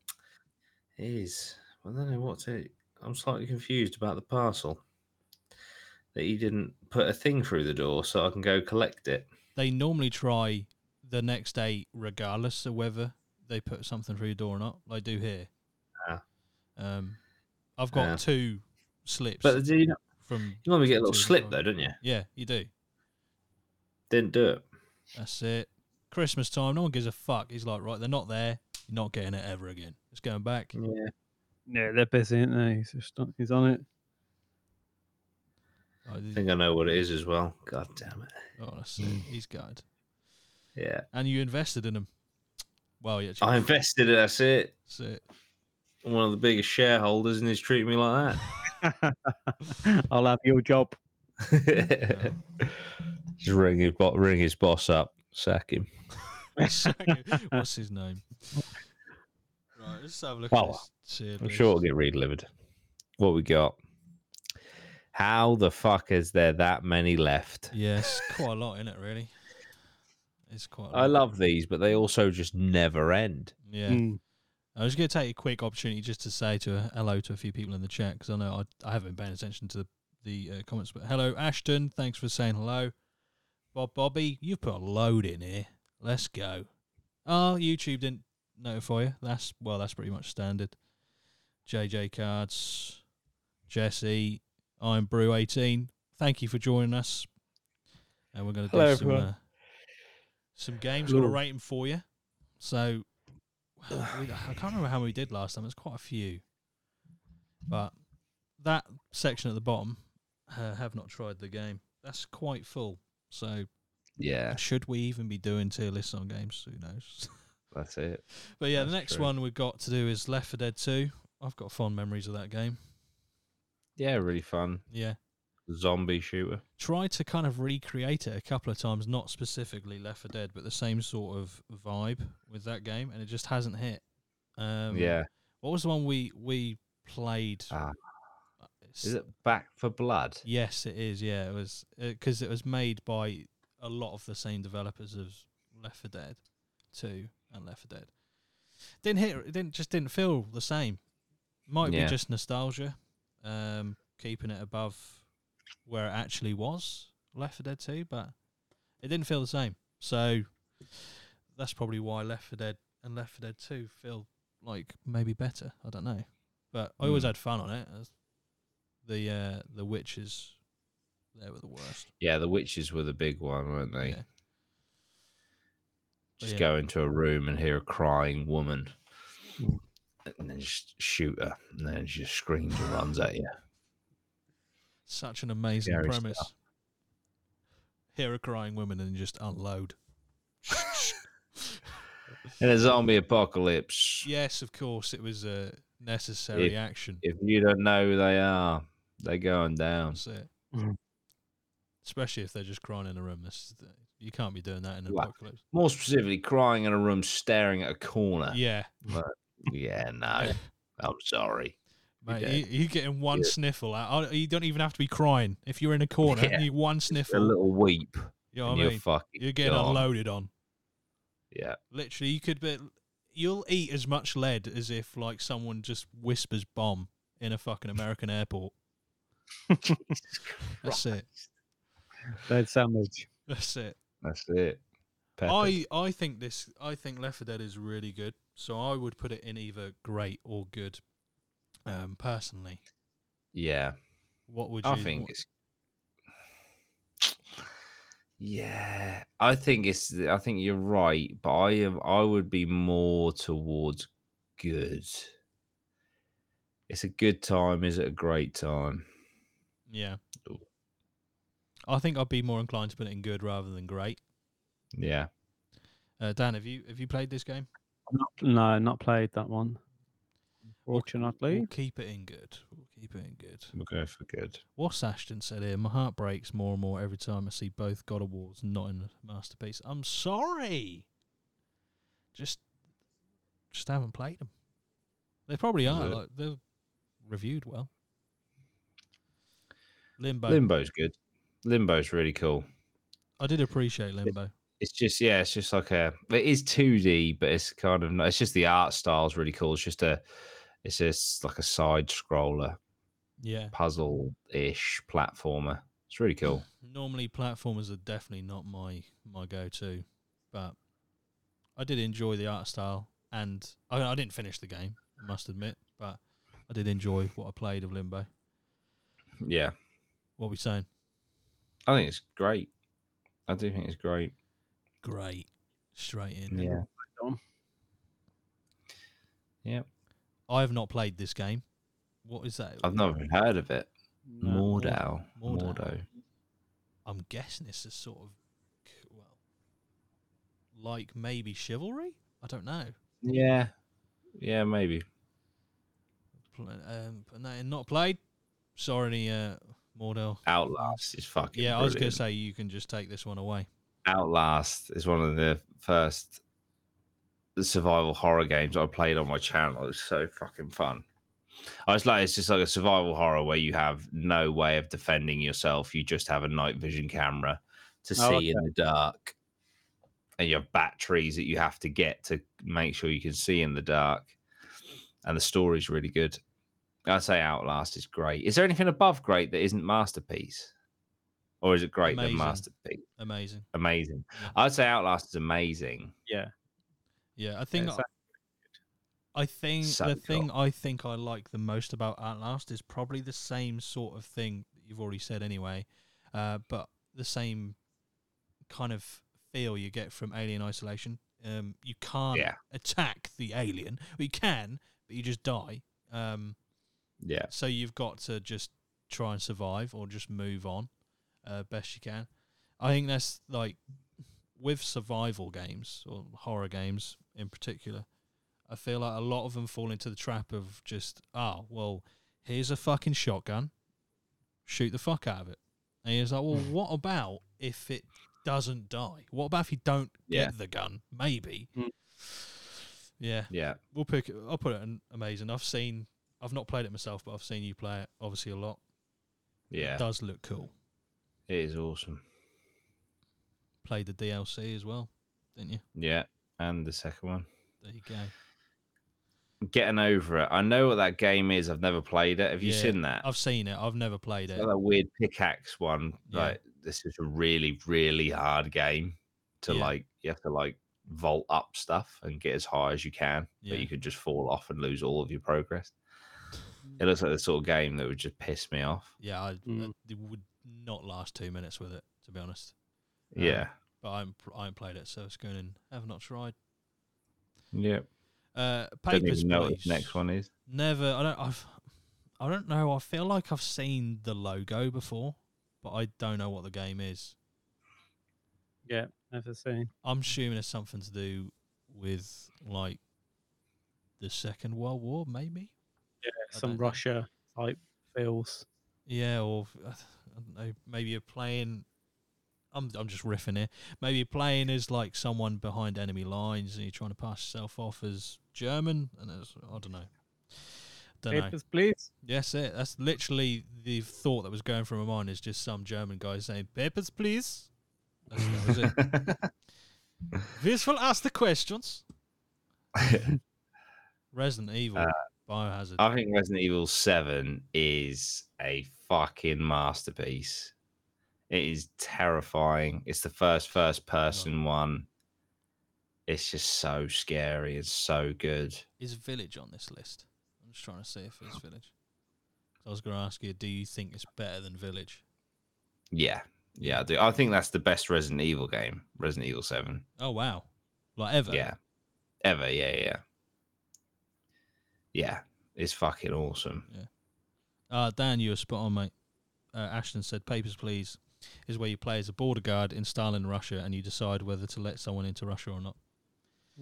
Speaker 2: It is. I don't know what to I'm slightly confused about the parcel. That you didn't put a thing through the door so I can go collect it.
Speaker 1: they normally try the next day, regardless of whether they put something through your door or not. They do here.
Speaker 2: Ah.
Speaker 1: Um, I've got
Speaker 2: Yeah.
Speaker 1: two slips
Speaker 2: But do you, not,
Speaker 1: from.
Speaker 2: you normally get a little
Speaker 1: Two is
Speaker 2: slip
Speaker 1: fine.
Speaker 2: though, don't you?
Speaker 1: Yeah, you do.
Speaker 2: Didn't do it.
Speaker 1: That's it. Christmas time, no one gives a fuck. He's like, right, they're not there. You're not getting it ever again. It's going back.
Speaker 2: Yeah.
Speaker 3: Yeah, they're busy, aren't they? He's just on, he's on it.
Speaker 1: Like,
Speaker 2: I think I know what it is as well. God damn it.
Speaker 1: honestly, oh, he's gutted.
Speaker 2: Yeah.
Speaker 1: And you invested in him. Well, yeah,
Speaker 2: I invested it, that's it.
Speaker 1: that's it.
Speaker 2: I'm one of the biggest shareholders and he's treating me like
Speaker 3: I'll have your job.
Speaker 2: that. Just ring his bo- ring his boss up, sack him.
Speaker 1: What's his name? Right, let's have a look
Speaker 2: Well,
Speaker 1: at this. tier
Speaker 2: I'm
Speaker 1: list.
Speaker 2: sure it'll get redelivered. What we got? How the fuck is there that many left?
Speaker 1: Yes, quite a lot in it, really. It's quite. A
Speaker 2: I
Speaker 1: lot.
Speaker 2: love these, but they also just never end.
Speaker 1: Yeah,
Speaker 3: Mm.
Speaker 1: I was going to take a quick opportunity just to say to uh, hello to a few people in the chat because I know I, I haven't been paying attention to the, the uh, comments. But hello, Ashton. Thanks for saying hello. Bob, Bobby, you've put a load in here. Let's go. Oh, YouTube didn't notify you. That's well, that's pretty much standard. JJ cards, Jesse, I'm Brew eighteen. Thank you for joining us, and we're going to
Speaker 3: Hello,
Speaker 1: do some
Speaker 3: everyone.
Speaker 1: uh, some games. We're going
Speaker 3: Cool.
Speaker 1: to rate them for you. So wow, we, I can't remember how many we did last time. It's quite a few, but that section at the bottom uh, have not tried the game. That's quite full. So
Speaker 2: Yeah,
Speaker 1: should we even be doing tier lists on games? Who knows?
Speaker 2: that's it.
Speaker 1: but yeah, the
Speaker 2: That's
Speaker 1: next
Speaker 2: true.
Speaker 1: one we've got to do is Left 4 Dead 2. I've got fond memories of that game.
Speaker 2: Yeah, really fun
Speaker 1: Yeah.
Speaker 2: zombie shooter.
Speaker 1: Tried to kind of recreate it a couple of times, not specifically Left 4 Dead, but the same sort of vibe with that game, and it just hasn't hit. Um,
Speaker 2: yeah,
Speaker 1: What was the one we we played?
Speaker 2: Ah.
Speaker 1: Uh,
Speaker 2: is it Back for Blood?
Speaker 1: Yes, it is. Yeah, it was because it was made by a lot of the same developers of Left 4 Dead 2 and Left 4 Dead. Didn't hit. It didn't just didn't feel the same. Might
Speaker 2: Yeah.
Speaker 1: be just nostalgia, um, keeping it above where it actually was Left 4 Dead 2, but it didn't feel the same. So that's probably why Left 4 Dead and Left 4 Dead 2 feel like maybe better. I don't know, but I always
Speaker 2: Hmm.
Speaker 1: had fun on it. As the uh, the witches, they were the worst.
Speaker 2: Yeah, the witches were the big one, weren't they?
Speaker 1: Yeah.
Speaker 2: Just
Speaker 1: Yeah.
Speaker 2: go into a room and hear a crying woman,
Speaker 3: Mm.
Speaker 2: and then just shoot her, and then she just screams and runs at you.
Speaker 1: Such an amazing
Speaker 2: Scary stuff.
Speaker 1: premise. Hear a crying woman and just unload.
Speaker 2: In a zombie apocalypse,
Speaker 1: yes, of course, it was a necessary action.
Speaker 2: if you don't know who they are, they're going down.
Speaker 1: That's it.
Speaker 3: Mhm.
Speaker 1: Especially if they're just crying in a room. This is the, you can't be doing that in an
Speaker 2: Well,
Speaker 1: apocalypse.
Speaker 2: More specifically, crying in a room, staring at a corner.
Speaker 1: Yeah.
Speaker 2: Right. yeah, no. I'm sorry.
Speaker 1: Mate,
Speaker 2: Yeah.
Speaker 1: you, you getting one
Speaker 2: Yeah.
Speaker 1: sniffle out. I- You don't even have to be crying. If you're in a corner,
Speaker 2: Yeah.
Speaker 1: and you one
Speaker 2: A
Speaker 1: sniffle.
Speaker 2: little weep.
Speaker 1: you know
Speaker 2: and
Speaker 1: what I
Speaker 2: you're
Speaker 1: mean?
Speaker 2: fucking.
Speaker 1: You're getting
Speaker 2: gone.
Speaker 1: unloaded on.
Speaker 2: Yeah.
Speaker 1: Literally, you could be. You'll eat as much lead as if like someone just whispers bomb in a fucking American airport. That's it.
Speaker 3: They'd sandwich.
Speaker 1: That's it.
Speaker 2: That's it. Perfect.
Speaker 1: I, I think this. I think Left 4 Dead is really good. So I would put it in either great or good. Um, personally,
Speaker 2: Yeah.
Speaker 1: what would you?
Speaker 2: I think it's yeah. I think it's. I think you're right, but I am. I would be more towards good. It's a good time. Is it a great time?
Speaker 1: Yeah.
Speaker 2: Ooh.
Speaker 1: I think I'd be more inclined to put it in good rather than great.
Speaker 2: Yeah.
Speaker 1: Uh, Dan, have you have you played this game?
Speaker 3: Not, no, not played that one. Fortunately,
Speaker 1: We'll keep it in good. We'll keep it in good.
Speaker 2: We'll go for good.
Speaker 1: What's Ashton said here? My heart breaks more and more every time I see both God of Wars not in the masterpiece. I'm sorry. Just just haven't played them. They probably are.
Speaker 2: Yeah.
Speaker 1: Like, they're reviewed well. Limbo.
Speaker 2: Limbo's good. Limbo's really cool.
Speaker 1: I did appreciate Limbo.
Speaker 2: It's just yeah, it's just like a it is 2D, but it's kind of not- it's just the art style's really cool. It's just a it's just like a side scroller.
Speaker 1: Yeah.
Speaker 2: puzzle ish platformer. It's really cool.
Speaker 1: Normally, platformers are definitely not my my go to, but I did enjoy the art style, and I, I didn't finish the game, I must admit, but I did enjoy what I played of Limbo.
Speaker 2: Yeah,
Speaker 1: What are we saying?
Speaker 2: I think it's great. I do think it's great.
Speaker 1: Great, straight in.
Speaker 2: Yeah.
Speaker 3: Dom?
Speaker 2: Yeah,
Speaker 1: I have not played this game. What is that?
Speaker 2: I've never even heard of it.
Speaker 3: no.
Speaker 2: Mordo.
Speaker 1: Mordo.
Speaker 2: Mordo.
Speaker 1: I'm guessing it's a sort of c- well, like maybe chivalry. I don't know.
Speaker 2: Yeah. Yeah, maybe.
Speaker 1: Pl- Um, but no, not played. Sorry, uh, Mordell.
Speaker 2: Outlast is fucking.
Speaker 1: Yeah, I was going
Speaker 2: brilliant.
Speaker 1: to say you can just take this one away.
Speaker 2: Outlast is one of the first survival horror games I played on my channel. It was so fucking fun. I was like, it's just like a survival horror where you have no way of defending yourself. You just have a night vision camera to see
Speaker 3: Oh,
Speaker 2: in the dark. And you have batteries that you have to get to make sure you can see in the dark. And the story's really good. I say Outlast is great. Is there anything above great that isn't masterpiece? Or is it great
Speaker 1: Amazing.
Speaker 2: than masterpiece?
Speaker 1: Amazing.
Speaker 2: amazing.
Speaker 1: Yeah.
Speaker 2: I'd say Outlast is amazing.
Speaker 3: Yeah.
Speaker 1: Yeah, I think
Speaker 3: it's like-
Speaker 1: I think
Speaker 2: so
Speaker 1: the thing I think I like the most about Outlast is probably the same sort of thing that you've already said anyway, uh, but the same kind of feel you get from Alien Isolation. Um, you can't
Speaker 2: Yeah.
Speaker 1: attack the alien. Well, you can, but you just die. Um,
Speaker 2: Yeah,
Speaker 1: so you've got to just try and survive or just move on uh, best you can. I think that's like with survival games or horror games in particular. I feel like a lot of them fall into the trap of just oh well, here's a fucking shotgun, shoot the fuck out of it. And he's like, well, what about if it doesn't die? What about if you don't
Speaker 2: Yeah.
Speaker 1: get the gun? Maybe.
Speaker 3: Mm.
Speaker 1: Yeah,
Speaker 2: yeah,
Speaker 1: we'll pick. it- I'll put it in amazing. I've seen. I've not played it myself, but I've seen you play it obviously a lot.
Speaker 2: yeah.
Speaker 1: It does look cool.
Speaker 2: It is awesome.
Speaker 1: Played the DLC as well, didn't you?
Speaker 2: Yeah, and the second one,
Speaker 1: There you go.
Speaker 2: getting over it. I know what that game is. I've never played it. Have you
Speaker 1: Yeah,
Speaker 2: seen that?
Speaker 1: I've seen it. I've never played
Speaker 2: It's
Speaker 1: it.
Speaker 2: like that weird pickaxe one.
Speaker 1: Yeah.
Speaker 2: Like this is a really, really hard game to
Speaker 1: Yeah.
Speaker 2: like. You have to like vault up stuff and get as high as you can,
Speaker 1: Yeah.
Speaker 2: but you could just fall off and lose all of your progress. It looks like the sort of game that would just piss me off.
Speaker 1: Yeah, I, uh,
Speaker 3: Mm.
Speaker 1: it would not last two minutes with it, to be honest. Um,
Speaker 2: Yeah,
Speaker 1: But I haven't, pl- I haven't played it, so it's going in. Have not tried.
Speaker 2: yeah.
Speaker 1: Uh,
Speaker 2: Don't
Speaker 1: papers,
Speaker 2: even know what
Speaker 1: please.
Speaker 2: the next one is.
Speaker 1: Never. I don't. I've. I don't know. I feel like I've seen the logo before, but I don't know what the game is.
Speaker 3: Yeah, never seen.
Speaker 1: I'm assuming it's something to do with like the Second World War, maybe.
Speaker 3: Yeah,
Speaker 1: I
Speaker 3: some
Speaker 1: don't know.
Speaker 3: Russia type feels.
Speaker 1: Yeah, or I don't know. Maybe you're playing. I'm I'm just riffing here. Maybe playing as like someone behind enemy lines, and you're trying to pass yourself off as German, and as I don't know. Don't know.
Speaker 3: Papers, please.
Speaker 1: Yes, it. That's literally the thought that was going through my mind. Is just some German guy saying "papers, please." That's, that was it. This will ask the questions. Resident Evil,
Speaker 2: Uh,
Speaker 1: Biohazard.
Speaker 2: I think Resident Evil 7 is a fucking masterpiece. It is terrifying. It's the first first person one. It's just so scary. It's so good.
Speaker 1: is Village on this list? I'm just trying to see if it's Village. I was going to ask you, do you think it's better than Village?
Speaker 2: Yeah. Yeah, I do. I think that's the best Resident Evil game, Resident Evil 7.
Speaker 1: Oh wow, like ever.
Speaker 2: Yeah. Ever. Yeah, yeah, yeah. Yeah. It's fucking awesome.
Speaker 1: Uh, Dan, you were spot on, mate. Uh, Ashton said, "Papers, please." Is where you play as a border guard in Stalin Russia, and you decide whether to let someone into Russia or not.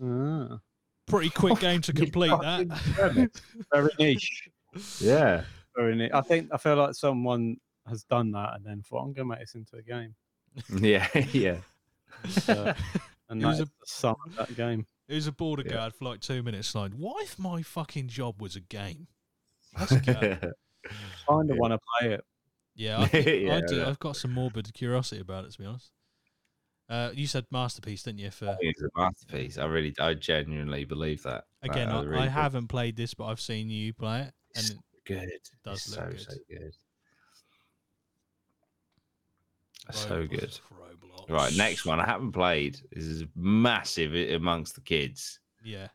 Speaker 3: Ah,
Speaker 1: Pretty quick game to
Speaker 2: Fucking
Speaker 1: complete that.
Speaker 2: premise.
Speaker 3: very niche.
Speaker 2: Yeah.
Speaker 3: Very niche. I think I feel like someone has done that and then thought, I'm gonna make this into a game.
Speaker 2: Yeah, yeah.
Speaker 3: Uh, And
Speaker 1: It was
Speaker 3: that's the sum of that game.
Speaker 1: It was a border
Speaker 2: Yeah.
Speaker 1: guard for like two minutes. Like, what if my fucking job was a game? Let's go.
Speaker 3: Kind of
Speaker 2: Yeah.
Speaker 3: want to play it.
Speaker 1: yeah, I, think
Speaker 2: Yeah,
Speaker 1: I do.
Speaker 2: yeah.
Speaker 1: I've got some morbid curiosity about it, to be honest. Uh, you said masterpiece, didn't you? For
Speaker 2: It's a masterpiece. I really, I genuinely believe that.
Speaker 1: again,
Speaker 2: Like,
Speaker 1: I,
Speaker 2: really
Speaker 1: I
Speaker 2: do.
Speaker 1: haven't played this, but I've seen you play it,
Speaker 2: It's
Speaker 1: and
Speaker 2: good. It
Speaker 1: does
Speaker 2: it's
Speaker 1: look
Speaker 2: so
Speaker 1: good.
Speaker 2: so good.
Speaker 1: Roblox-
Speaker 2: So good.
Speaker 1: Roblox.
Speaker 2: Right, next one I haven't played. This is massive i- amongst the kids.
Speaker 1: Yeah,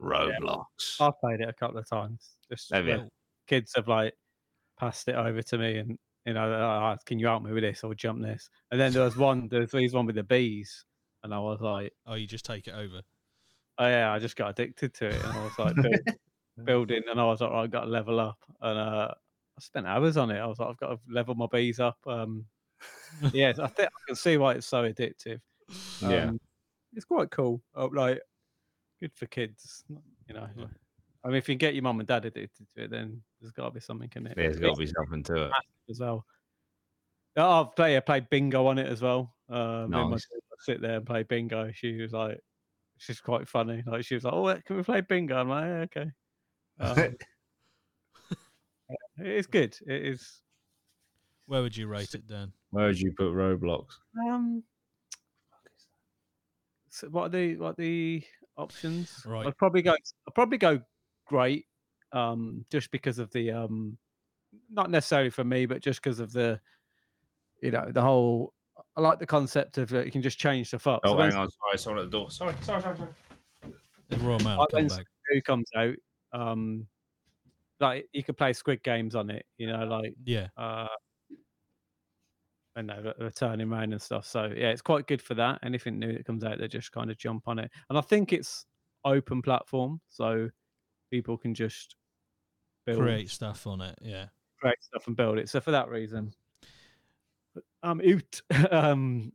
Speaker 2: Roblox.
Speaker 3: I've played it a couple of times. Just
Speaker 2: Have you?
Speaker 3: when kids have like passed it over to me and you know, they're like, "Oh, can you help me with this or jump this? And then there was one, there was one with the bees, and I was like,
Speaker 1: Oh, you just take it over.
Speaker 3: oh yeah, I just got addicted to it, and I was like build, building, and I was like, right, I've got to level up, and uh, I spent hours on it. I was like, I've got to level my bees up. Um, yeah, I think I can see why it's so addictive.
Speaker 2: Yeah.
Speaker 3: Um, it's quite cool. Oh, like, good for kids, you know.
Speaker 1: Yeah.
Speaker 3: I mean, if you can get your mum and dad addicted to it, then there's got to be something in it.
Speaker 2: There's got to be something to it.
Speaker 3: as well. Oh, I've played, I played bingo on it as well. Um, me and my
Speaker 2: Nice.
Speaker 3: daughter sit there and play bingo. She was like, she's quite funny. Like she was like, "Oh, can we play bingo?" I'm like, "Yeah, "Okay." Um, it is good. It is.
Speaker 1: Where would you rate it, Dan?
Speaker 2: Where would you put Roblox?
Speaker 3: Um, so what are the what are the options?
Speaker 1: Right.
Speaker 3: I'd probably go. I'd probably go great. Um, just because of the um, not necessarily for me, but just because of the, you know, the whole. I like the concept of uh, you can just change stuff up. So
Speaker 2: Oh,
Speaker 3: when
Speaker 2: hang on. Sorry, someone at the door. Sorry, sorry, sorry. sorry.
Speaker 1: The Royal Mail
Speaker 3: Like
Speaker 1: come
Speaker 3: when's-
Speaker 1: back.
Speaker 3: Who comes out. Um, like you could play Squid Games on it, you know, like
Speaker 1: Yeah,
Speaker 3: uh, and they're they're turning around and stuff. So yeah, it's quite good for that. Anything new that comes out, they just kind of jump on it. And I think it's open platform, so people can just build
Speaker 1: create stuff on it. Yeah.
Speaker 3: create stuff and build it. So for that reason, I'm out. um,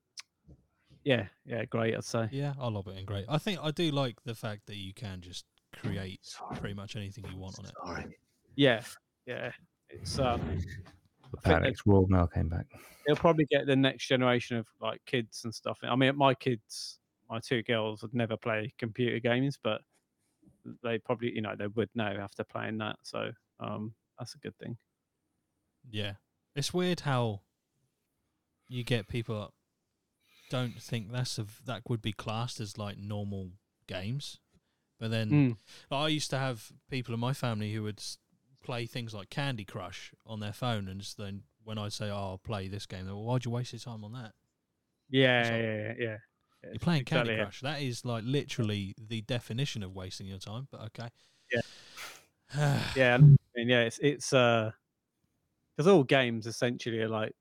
Speaker 3: yeah, yeah, great. I'd say.
Speaker 1: Yeah, I love it and great. I think I do like the fact that you can just create pretty much anything you want on it.
Speaker 2: Sorry.
Speaker 3: Yeah, yeah. It's um,
Speaker 2: Alex Royal Mail came back.
Speaker 3: they'll probably get the next generation of like kids and stuff. I mean, my kids, my two girls, would never play computer games, but they probably, you know, they would know after playing that. So um, that's a good thing.
Speaker 1: Yeah, it's weird how you get people that don't think that's a, that would be classed as like normal games, but then
Speaker 3: Mm.
Speaker 1: I used to have people in my family who would s- play things like Candy Crush on their phone, and s- then when I say, "Oh, I'll play this game," they're, well, "Why'd you waste your time on that?
Speaker 3: Yeah,
Speaker 1: So-
Speaker 3: yeah, yeah, yeah.
Speaker 1: You're playing Candy
Speaker 3: exactly it.
Speaker 1: Crush. That is like literally the definition of wasting your time." But okay, yeah,
Speaker 3: Yeah, and- I mean, yeah. It's it's uh, because all games essentially are like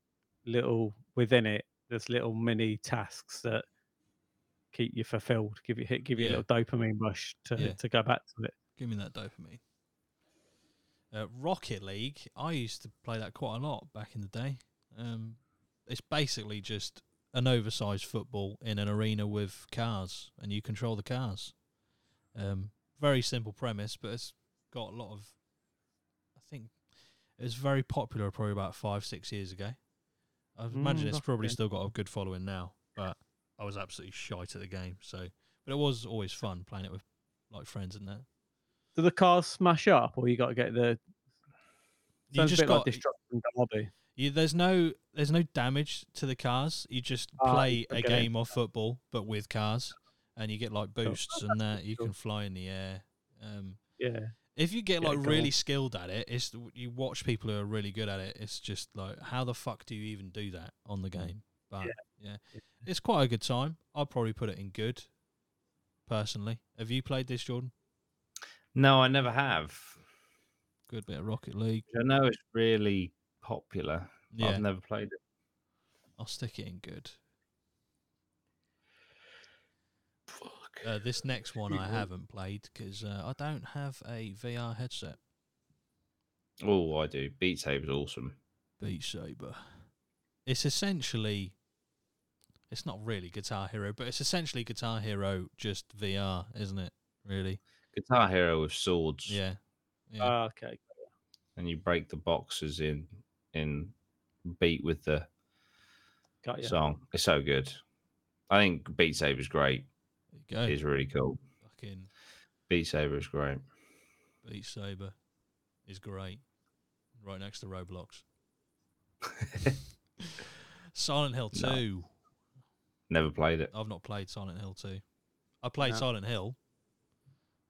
Speaker 3: little within it. There's little mini tasks that keep you fulfilled, give you hit, give you
Speaker 1: Yeah.
Speaker 3: a little dopamine rush to
Speaker 1: Yeah.
Speaker 3: to go back to it.
Speaker 1: Give me that dopamine. Uh, Rocket League. I used to play that quite a lot back in the day. Um, it's basically just an oversized football in an arena with cars, and you control the cars. Um, very simple premise, but it's got a lot of. I think it was very popular probably about five, six years ago. I imagine
Speaker 3: Mm,
Speaker 1: it's probably
Speaker 3: okay.
Speaker 1: still got a good following now, but I was absolutely shite at the game. So, but it was always fun playing it with like friends and that.
Speaker 3: Do the cars smash up, or you got to get the?
Speaker 1: You
Speaker 3: Sounds a
Speaker 1: just
Speaker 3: bit like
Speaker 1: got
Speaker 3: destruction derby.
Speaker 1: you, there's no there's no damage to the cars. You just
Speaker 3: Ah,
Speaker 1: play a
Speaker 3: okay.
Speaker 1: game of football but with cars, and you get like boosts and that. You
Speaker 3: cool.
Speaker 1: can fly in the air. Um,
Speaker 3: Yeah.
Speaker 1: if you get
Speaker 3: Yeah,
Speaker 1: like
Speaker 3: go on.
Speaker 1: really skilled at it, it's you watch people who are really good at it. It's just like how the fuck do you even do that on the
Speaker 3: Mm.
Speaker 1: game? But yeah, it's quite a good time. I'd probably put it in good. Personally, have you played this, Jordan?
Speaker 2: No, I never have.
Speaker 1: Good bit of Rocket League.
Speaker 2: I know it's really popular. but
Speaker 1: Yeah,
Speaker 2: I've never played it.
Speaker 1: I'll stick it in good. Uh, this next one I haven't played because uh, I don't have a VR headset.
Speaker 2: Oh, I do. Beat Saber's awesome.
Speaker 1: Beat Saber. It's essentially, it's not really Guitar Hero, but it's essentially Guitar Hero just VR, isn't it? Really?
Speaker 2: Guitar Hero with swords.
Speaker 1: Yeah. Yeah.
Speaker 3: Ah, okay.
Speaker 2: And you break the boxes in in beat with the
Speaker 3: Got you.
Speaker 2: song. It's so good. I think Beat Saber's great.
Speaker 1: There you go.
Speaker 2: It's really cool.
Speaker 1: Fucking
Speaker 2: Beat Saber is great.
Speaker 1: Beat Saber is great. Right next to Roblox. Silent Hill
Speaker 2: No.
Speaker 1: 2.
Speaker 2: Never played it.
Speaker 1: I've not played Silent Hill 2. I played
Speaker 3: No.
Speaker 1: Silent Hill,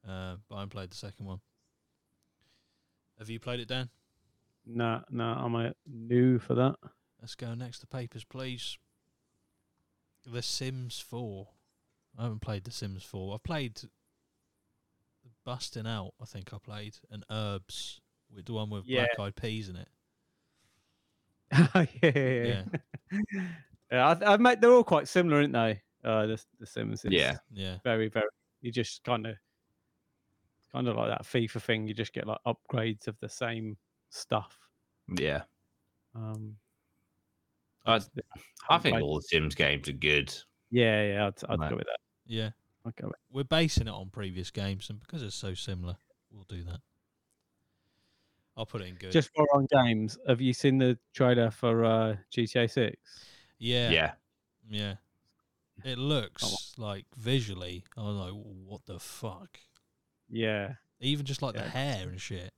Speaker 1: uh, but I haven't played the second one. Have you played it, Dan?
Speaker 3: No, no, I'm a new for that.
Speaker 1: Let's go next to papers, please. The Sims 4. I haven't played The Sims 4. I've played Busting Out, I think I played, and Herbs, with the one with
Speaker 3: Yeah.
Speaker 1: black eyed peas in it.
Speaker 3: yeah, yeah, yeah. yeah. I, th- I mate, they're all quite similar, aren't they? Uh, the the Sims. It's
Speaker 2: Yeah.
Speaker 1: Yeah.
Speaker 3: Very, very. You just kind of, kind of like that FIFA thing. You just get like upgrades of the same stuff.
Speaker 2: Yeah.
Speaker 3: Um,
Speaker 2: I-
Speaker 3: just-
Speaker 2: I
Speaker 3: haven't
Speaker 2: think
Speaker 3: played-
Speaker 2: all the Sims games are good.
Speaker 3: Yeah, yeah, I'd, I'd
Speaker 2: Right.
Speaker 3: go with that.
Speaker 1: Yeah.
Speaker 3: I'd go with
Speaker 1: We're basing it on previous games, and because it's so similar, we'll do that. I'll put it in good.
Speaker 3: Just for on games, have you seen the trailer for uh, GTA Six?
Speaker 2: Yeah.
Speaker 1: yeah. Yeah. It looks like visually, I was like, what the fuck?
Speaker 3: Yeah,
Speaker 1: Even just like the
Speaker 3: Yeah.
Speaker 1: hair and shit.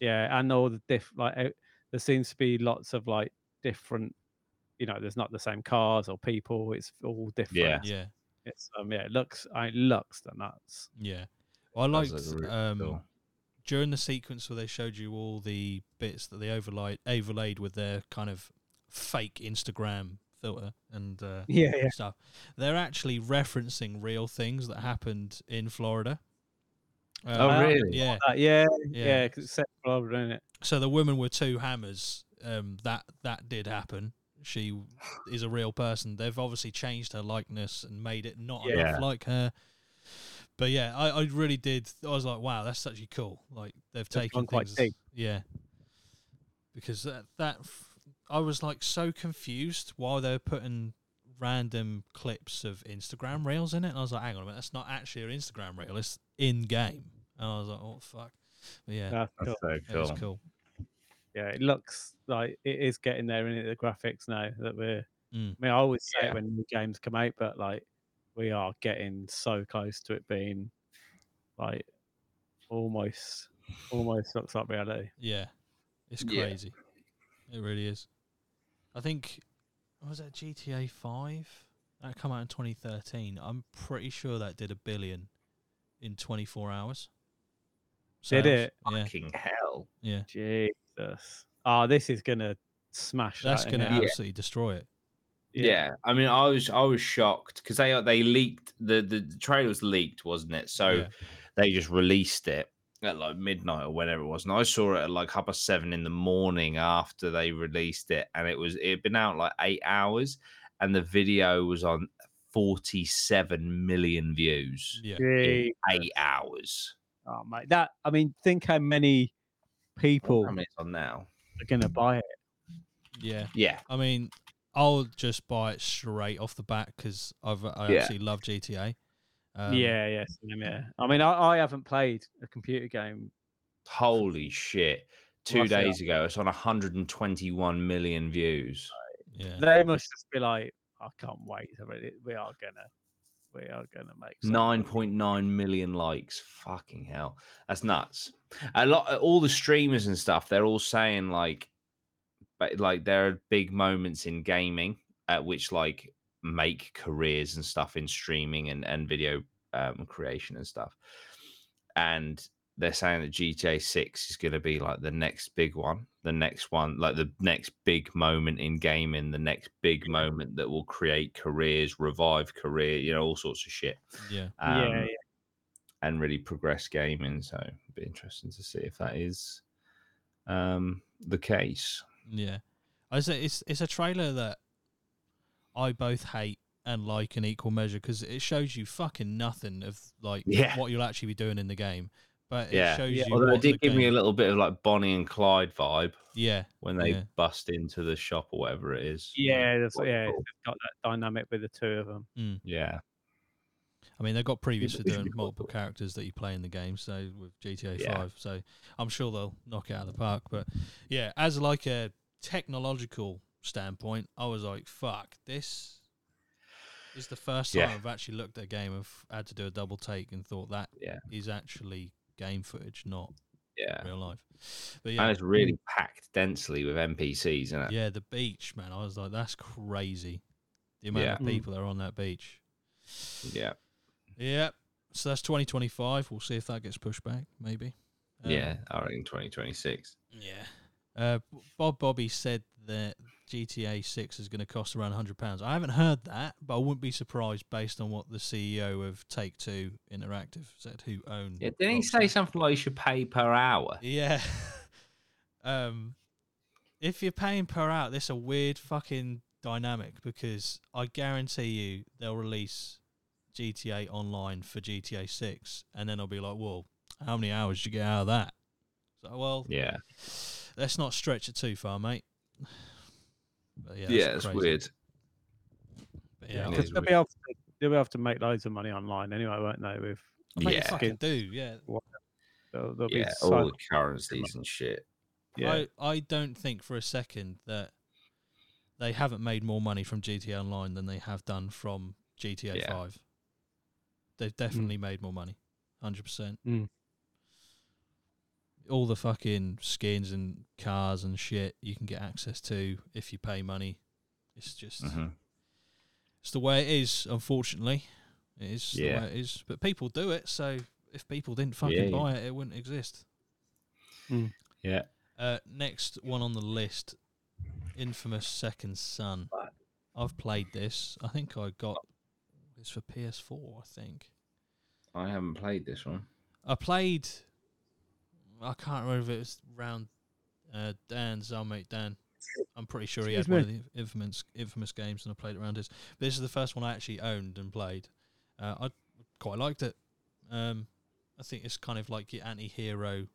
Speaker 3: yeah, and all the diff like uh, there seems to be lots of like different. You know, there's not the same cars or people. It's all different.
Speaker 2: Yeah.
Speaker 1: Yeah.
Speaker 3: It's um, yeah, it looks, I it looks the nuts.
Speaker 1: Yeah. Well, I
Speaker 2: That's
Speaker 1: liked
Speaker 2: a really
Speaker 1: um,
Speaker 2: cool.
Speaker 1: during the sequence where they showed you all the bits that they overlaid, overlaid with their kind of fake Instagram filter and uh,
Speaker 3: Yeah, yeah.
Speaker 1: stuff. They're actually referencing real things that happened in Florida.
Speaker 2: Oh,
Speaker 1: Um,
Speaker 2: really?
Speaker 1: Yeah.
Speaker 3: Uh, yeah,
Speaker 1: Yeah.
Speaker 3: yeah, because it's set Florida, isn't it?
Speaker 1: so the woman with two hammers um that that did happen she is a real person they've obviously changed her likeness and made it not
Speaker 3: Yeah.
Speaker 1: enough like her but yeah I, I really did i was like wow that's actually cool like they've
Speaker 3: They've
Speaker 1: taken
Speaker 3: gone quite
Speaker 1: things
Speaker 3: deep.
Speaker 1: yeah because that that f- i was like so confused while they were putting random clips of instagram reels in it and i was like hang on a minute that's not actually an instagram reel it's in game and i was like oh fuck but yeah,
Speaker 3: That's
Speaker 2: That's
Speaker 3: cool.
Speaker 2: so
Speaker 1: it was
Speaker 2: cool.
Speaker 1: cool
Speaker 3: yeah, it looks like it is getting there in the graphics now that we're.
Speaker 1: Mm.
Speaker 3: I mean, I always say
Speaker 2: Yeah.
Speaker 3: it when new games come out, but like we are getting so close to it being like almost, almost looks like reality.
Speaker 1: Yeah, it's
Speaker 2: Yeah.
Speaker 1: crazy. It really is. I think was that GTA Five that come out in 2013. I'm pretty sure that did a billion in 24 hours.
Speaker 3: Did
Speaker 1: Sales.
Speaker 3: it?
Speaker 1: Yeah,
Speaker 2: Fucking hell.
Speaker 1: yeah.
Speaker 3: Jesus. Oh, this is gonna smash.
Speaker 1: That's
Speaker 3: that,
Speaker 1: gonna
Speaker 3: innit?
Speaker 2: Yeah.
Speaker 1: absolutely destroy it.
Speaker 2: Yeah. I mean, I was I was shocked because they uh, they leaked the, the the trailer was leaked, wasn't it? So
Speaker 1: Yeah.
Speaker 2: they just released it at like midnight or whenever it was, and I saw it at like half past seven in the morning after they released it, and it was it had been out like eight hours, and the video was on forty seven million views
Speaker 1: yeah,
Speaker 2: in
Speaker 3: Gee.
Speaker 2: eight hours.
Speaker 3: Oh, mate, that. I mean, think how many people
Speaker 2: How many it's on now?
Speaker 3: are gonna buy it.
Speaker 1: yeah.
Speaker 2: Yeah,
Speaker 1: I mean, I'll just buy it straight off the bat because I've I
Speaker 2: Yeah.
Speaker 1: actually love GTA. Um,
Speaker 3: yeah, yeah, same, yeah. I mean, I, I haven't played a computer game.
Speaker 2: holy shit! Two
Speaker 3: Roughly,
Speaker 2: days ago, it's on one hundred and twenty one million views.
Speaker 1: Yeah.
Speaker 3: They must just be like, I can't wait. I mean, we are gonna, we are gonna make something."
Speaker 2: Nine point nine million likes. Fucking hell, that's nuts. A lot, uh, all the streamers and stuff, they're all saying like, but like there are big moments in gaming at which like make careers and stuff in streaming and and video um, creation and stuff, and they're saying that GTA Six is going to be like the next big one, the next one, like the next big moment in gaming, the next big moment that will create careers, revive career, you know, all sorts of shit
Speaker 1: Yeah.
Speaker 3: Yeah,
Speaker 2: um,
Speaker 3: yeah.
Speaker 2: and really progress gaming. So it'd be interesting to see if that is um, the case.
Speaker 1: Yeah. I say it's it's a trailer that I both hate and like in equal measure because it shows you fucking nothing of like
Speaker 2: Yeah.
Speaker 1: what you'll actually be doing in the game. But it
Speaker 2: Yeah.
Speaker 1: shows
Speaker 3: Yeah.
Speaker 1: you
Speaker 2: Although
Speaker 1: what
Speaker 2: it did
Speaker 1: the
Speaker 2: give me a
Speaker 1: game-
Speaker 2: little bit of like Bonnie and Clyde vibe
Speaker 1: Yeah.
Speaker 2: when they
Speaker 1: Yeah.
Speaker 2: bust into the shop or whatever it is.
Speaker 3: yeah, that's,
Speaker 2: Cool,
Speaker 3: yeah.
Speaker 2: cool.
Speaker 3: It's got that dynamic with the two of them.
Speaker 2: yeah,
Speaker 1: I mean, they've got previous for
Speaker 2: but if
Speaker 1: doing
Speaker 2: you-
Speaker 1: multiple characters that you play in the game, so with GTA
Speaker 2: Yeah.
Speaker 1: Five, so I'm sure they'll knock it out of the park. But yeah, as like a technological standpoint, I was like, "Fuck, this is the first time
Speaker 2: Yeah.
Speaker 1: I've actually looked at a game and f- had to do a double take and thought that is
Speaker 2: Yeah.
Speaker 1: actually game footage, not
Speaker 2: yeah.
Speaker 1: real life." But yeah,
Speaker 2: And it's really packed densely with NPCs, isn't it?
Speaker 1: yeah, the beach, man, I was like, "That's crazy." The amount
Speaker 2: Yeah.
Speaker 1: of
Speaker 3: Mm.
Speaker 1: people that are on that beach.
Speaker 2: Yeah,
Speaker 1: Yeah. So that's 2025. We'll see if that gets pushed back, maybe. Um,
Speaker 2: yeah. I reckon 2026.
Speaker 1: Yeah. Uh, B- Bob Bobby said that GTA 6 is going to cost around £100. I haven't heard that, but I wouldn't be surprised based on what the CEO of Take Two Interactive said, who owned.
Speaker 2: Yeah, didn't he say
Speaker 1: Rockstar.
Speaker 2: something like you should pay per hour?
Speaker 1: Yeah. um, if you're paying per hour, this a weird fucking dynamic because I guarantee you they'll release GTA Online for GTA Six, and then I'll be like, "Well, how many hours did you get out of that?" So, well,
Speaker 2: Yeah,
Speaker 1: let's not stretch it too far, mate. But yeah,
Speaker 2: yeah,
Speaker 1: that's
Speaker 2: it's
Speaker 1: crazy.
Speaker 2: weird.
Speaker 1: But yeah,
Speaker 2: It
Speaker 1: I
Speaker 3: Because
Speaker 2: is
Speaker 3: they'll
Speaker 2: weird.
Speaker 3: be able to, they'll be able to make loads of money online anyway, won't they? With
Speaker 1: bet you
Speaker 2: Yeah.
Speaker 1: fucking do. Yeah,
Speaker 3: they'll, they'll
Speaker 2: yeah,
Speaker 3: be
Speaker 2: all the
Speaker 3: so,
Speaker 2: currencies and shit.
Speaker 3: yeah.
Speaker 1: I, I don't think for a second that they haven't made more money from GTA Online than they have done from GTA
Speaker 2: Yeah.
Speaker 1: 5. They've definitely made more money. 100%.
Speaker 3: Mm.
Speaker 1: All the fucking skins and cars and shit you can get access to if you pay money. It's just
Speaker 2: Mhm.
Speaker 1: it's the way it is, unfortunately. It is
Speaker 2: Yeah.
Speaker 1: the way it is. But people do it, so if people didn't
Speaker 2: Yeah,
Speaker 1: fucking
Speaker 2: you-
Speaker 1: buy it, it wouldn't exist.
Speaker 2: Yeah,
Speaker 1: Uh, next one on the list, Infamous Second Son. I've played this. I think I got this for PS4. I think
Speaker 2: I haven't played this one.
Speaker 1: I played. I can't remember if it was round uh, Dan's. Our mate Dan. I'm pretty sure he had
Speaker 3: Excuse
Speaker 1: one of the infamous infamous games, and I played it around his. But this is the first one I actually owned and played. Uh, I quite liked it. Um, I think it's kind of like your anti-hero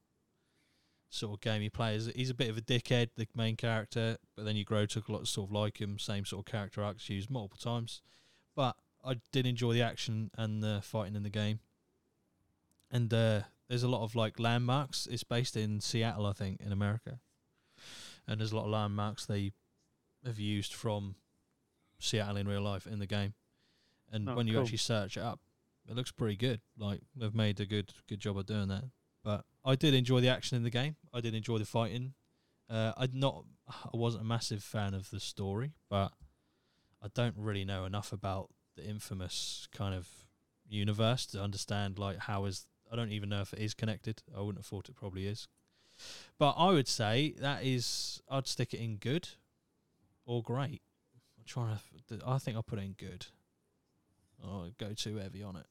Speaker 1: sort of game you play. He's- He's a bit of a dickhead, the main character, but then you grow to lot sort of like him. Same sort of character arcs used multiple times, but I did enjoy the action and the fighting in the game. And uh, there's a lot of like landmarks. It's based in Seattle, I think, in America, and there's a lot of landmarks they have used from Seattle in real life in the game. And
Speaker 3: Oh,
Speaker 1: when you
Speaker 3: cool.
Speaker 1: actually search it up, it looks pretty good. Like they've made a good good job of doing that. But I did enjoy the action in the game. I did enjoy the fighting. Uh, I'd not, I wasn't a massive fan of the story, but I don't really know enough about the infamous kind of universe to understand like how is. I don't even know if it is connected. I wouldn't have thought it probably is. But I would say that is. I'd stick it in good or great. I'm trying to. I think I'll put it in good. I'll go too heavy on it.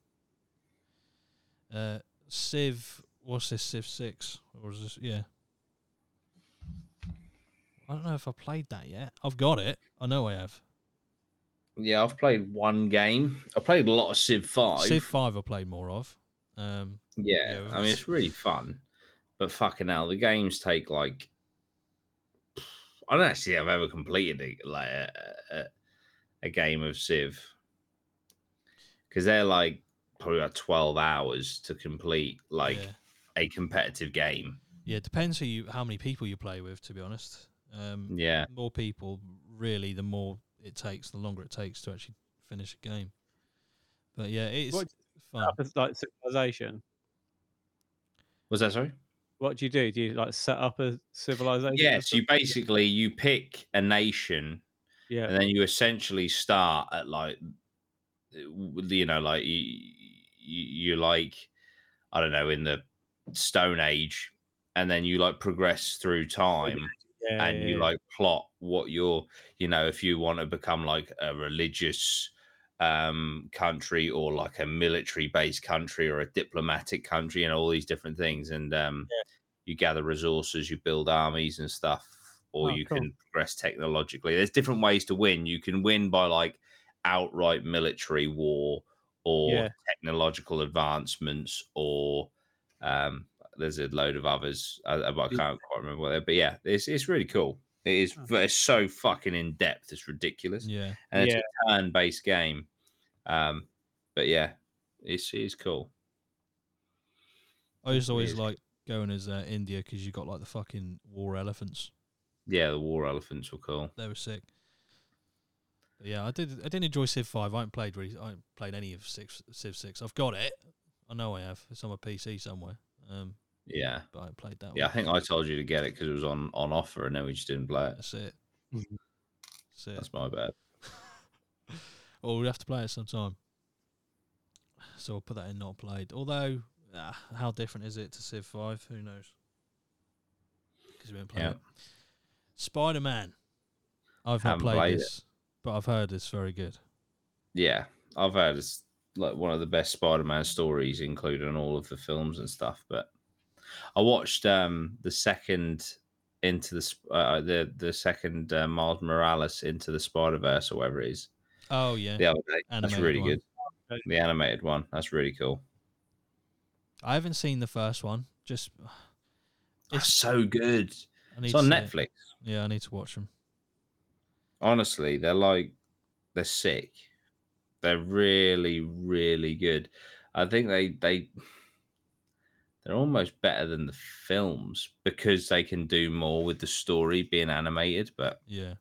Speaker 1: Uh, Civ. What's this? Civ six or is this? Yeah. I don't know if I played that yet. I've got it. I know I have.
Speaker 2: Yeah, I've played one game. I played a lot of Civ Five.
Speaker 1: Civ five. I played more of. Um,
Speaker 2: Yeah,
Speaker 1: Yeah,
Speaker 2: I mean
Speaker 1: it's-
Speaker 2: it's really fun, but fucking hell, the games take like I don't actually have ever completed a, like a, a, a game of Civ because they're like probably about twelve hours to complete like
Speaker 1: yeah.
Speaker 2: a competitive game.
Speaker 1: Yeah, it depends who you, how many people you play with. To be honest, um,
Speaker 2: Yeah,
Speaker 1: more people really the more it takes, the longer it takes to actually finish a game. But yeah, it's
Speaker 3: What-
Speaker 1: fun.
Speaker 3: It's like civilization.
Speaker 2: Was that sorry?
Speaker 3: What do you do? Do you like set up a civilization? or
Speaker 2: Yes, you
Speaker 3: something?
Speaker 2: basically you pick a nation
Speaker 3: Yeah.
Speaker 2: and then you essentially start at like w- you know like you, you like i don't know in the stone age and then you like progress through time
Speaker 3: yeah,
Speaker 2: and you
Speaker 3: yeah,
Speaker 2: like plot what you're you know if you want to become like a religious um country or like a military based country or a diplomatic country and all these different things and um you gather resources you build armies and stuff or
Speaker 3: Oh,
Speaker 2: you
Speaker 3: cool.
Speaker 2: can progress technologically there's different ways to win you can win by like outright military war or
Speaker 3: Yeah.
Speaker 2: technological advancements or um there's a load of others, I, I but I
Speaker 3: Yeah.
Speaker 2: can't quite remember what they're. But yeah, it's it's really cool. It is.
Speaker 3: Oh.
Speaker 2: but It's so fucking in depth. It's ridiculous,
Speaker 1: Yeah,
Speaker 2: and it's
Speaker 3: Yeah.
Speaker 2: a turn-based game. Um, but yeah, it's it's cool.
Speaker 1: I just always
Speaker 2: Weird.
Speaker 1: like going as uh, India because you got like the fucking war elephants.
Speaker 2: Yeah, the war elephants were cool.
Speaker 1: They were sick. But yeah, I did. I did enjoy Civ Five. I haven't played really. I haven't played any of six, Civ Six. I've got it. I know I have. It's on my PC somewhere. Um,
Speaker 2: Yeah,
Speaker 1: but I haven't played that.
Speaker 2: yeah. I
Speaker 1: one.
Speaker 2: think I told you to get it because it was on on offer, and then we just didn't play it.
Speaker 1: That's it. That's
Speaker 3: Mhm.
Speaker 1: it.
Speaker 2: Mm-hmm. That's my bad.
Speaker 1: Well, we'll have to play it sometime. So I'll put that in not played. Although, ah, how different is it to Civ 5? Who knows? Because we haven't played
Speaker 2: Yeah.
Speaker 1: it. Spider Man. I've not
Speaker 2: Haven't
Speaker 1: played,
Speaker 2: played it.
Speaker 1: this, but I've heard it's very good.
Speaker 2: Yeah, I've heard it's like one of the best Spider-Man stories, including all of the films and stuff. But I watched um the second into the Sp- uh, the the second uh, Miles Morales into the Spider Verse or whatever it is
Speaker 1: Oh, yeah.
Speaker 2: the other day. That's
Speaker 1: Animated
Speaker 2: really
Speaker 1: one.
Speaker 2: good. The animated one. That's really cool.
Speaker 1: I haven't seen the first one. Just.
Speaker 2: It's
Speaker 1: It's,
Speaker 2: Ah,
Speaker 1: uh,
Speaker 2: so good.
Speaker 1: I need
Speaker 2: Ah, It's
Speaker 1: to
Speaker 2: on
Speaker 1: see it.
Speaker 2: Netflix.
Speaker 1: Yeah, I need to watch them.
Speaker 2: honestly, they're like they're sick. They're really, really good. I think they they they're almost better than the films because they can do more with the story being animated. But
Speaker 1: Yeah.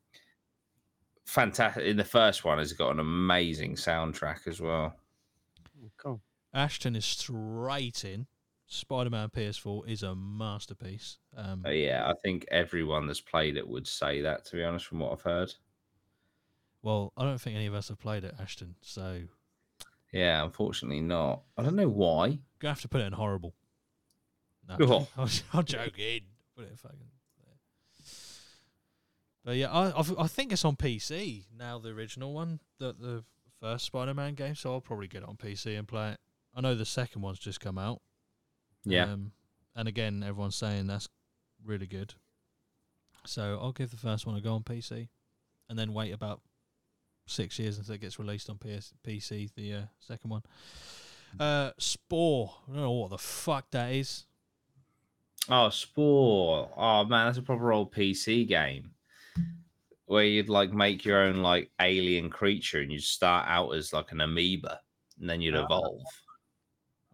Speaker 2: fantastic in the first one has got an amazing soundtrack as well.
Speaker 3: Oh, cool.
Speaker 1: Ashton is straight in. Spider Man PS4 is a masterpiece. Um,
Speaker 2: But yeah, I think everyone that's played it would say that to be honest, from what I've heard.
Speaker 1: Well, I don't think any of us have played it, Ashton. So going
Speaker 2: Yeah, unfortunately not. I don't know why.
Speaker 1: to have to put it in horrible. No,
Speaker 2: Oh.
Speaker 1: I'm, I'm joking. Put it in fucking. But yeah, I I've, I think it's on PC now. The original one, the the first Spider-Man game. So I'll probably get it on PC and play it. I know the second one's just come out.
Speaker 2: Yeah.
Speaker 1: Um, and again, everyone's saying that's really good. So I'll give the first one a go on PC, and then wait about six years until it gets released on PS- PC. The uh, second one, uh, Spore. I don't know what the fuck that is.
Speaker 2: Oh, Spore. Oh man, that's a proper old PC game where you'd like make your own like alien creature and you'd start out as like an amoeba and then you'd
Speaker 3: Ah.
Speaker 2: evolve.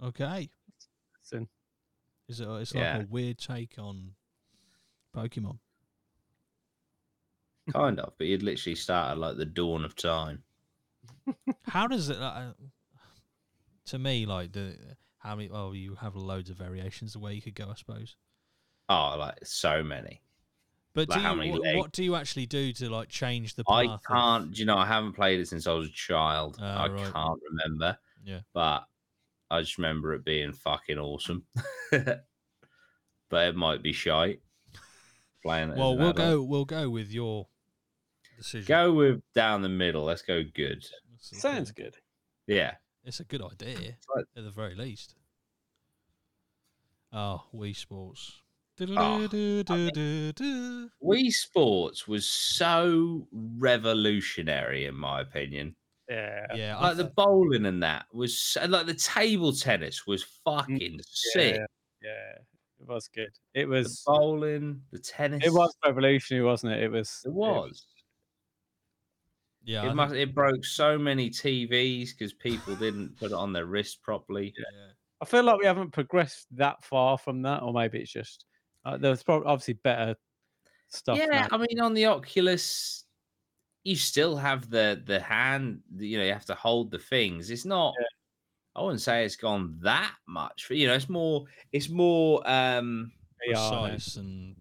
Speaker 1: Okay,
Speaker 3: Listen,
Speaker 1: is it? It's
Speaker 2: Yeah.
Speaker 1: like a weird take on Pokemon.
Speaker 2: kind of, but you'd literally start at like the dawn of time.
Speaker 1: How does it? Uh, to me, like the how many? Well, you have loads of variations the way you could go, I suppose.
Speaker 2: Oh, like so many.
Speaker 1: But
Speaker 2: Like
Speaker 1: do
Speaker 2: how
Speaker 1: you,
Speaker 2: many
Speaker 1: what,
Speaker 2: legs?
Speaker 1: what do you actually do to like change the path?
Speaker 2: I
Speaker 1: of-
Speaker 2: can't, do you know, I haven't played it since I was a child.
Speaker 1: Ah,
Speaker 2: I
Speaker 1: right.
Speaker 2: can't remember.
Speaker 1: Yeah.
Speaker 2: But I just remember it being fucking awesome. but it might be shite playing it. as
Speaker 1: Well,
Speaker 2: an
Speaker 1: we'll
Speaker 2: adult.
Speaker 1: go. We'll go with your decision.
Speaker 2: Go with down the middle. Let's go good.
Speaker 1: It's a good-
Speaker 3: sounds good.
Speaker 2: Yeah.
Speaker 1: It's a good idea,
Speaker 2: like-
Speaker 1: at the very least. Oh, Wii Sports. Du-du-du-du-du-du-du.
Speaker 2: Wii Sports was so revolutionary, in my opinion.
Speaker 3: Ah, Yeah.
Speaker 1: Yeah, I
Speaker 2: Like the
Speaker 1: th-
Speaker 2: bowling and that was so, like the table tennis was fucking
Speaker 1: Mm,
Speaker 2: sick.
Speaker 3: Yeah, yeah, it was good. It
Speaker 2: The
Speaker 3: was.
Speaker 2: bowling, the tennis.
Speaker 3: It was revolutionary, wasn't it? It was.
Speaker 2: It was.
Speaker 1: yeah, I
Speaker 2: It,
Speaker 1: think-
Speaker 2: must, it broke so many TVs because people didn't put it on their wrist properly.
Speaker 1: yeah.
Speaker 3: I feel like we haven't progressed that far from that, or maybe it's just uh, there's probably obviously better stuff.
Speaker 2: yeah,
Speaker 3: now.
Speaker 2: I mean, on the Oculus, you still have the the hand. You know, you have to hold the things. It's not. I wouldn't say it's gone that much. For, you know, it's more. It's more um
Speaker 3: VR now.
Speaker 1: precise and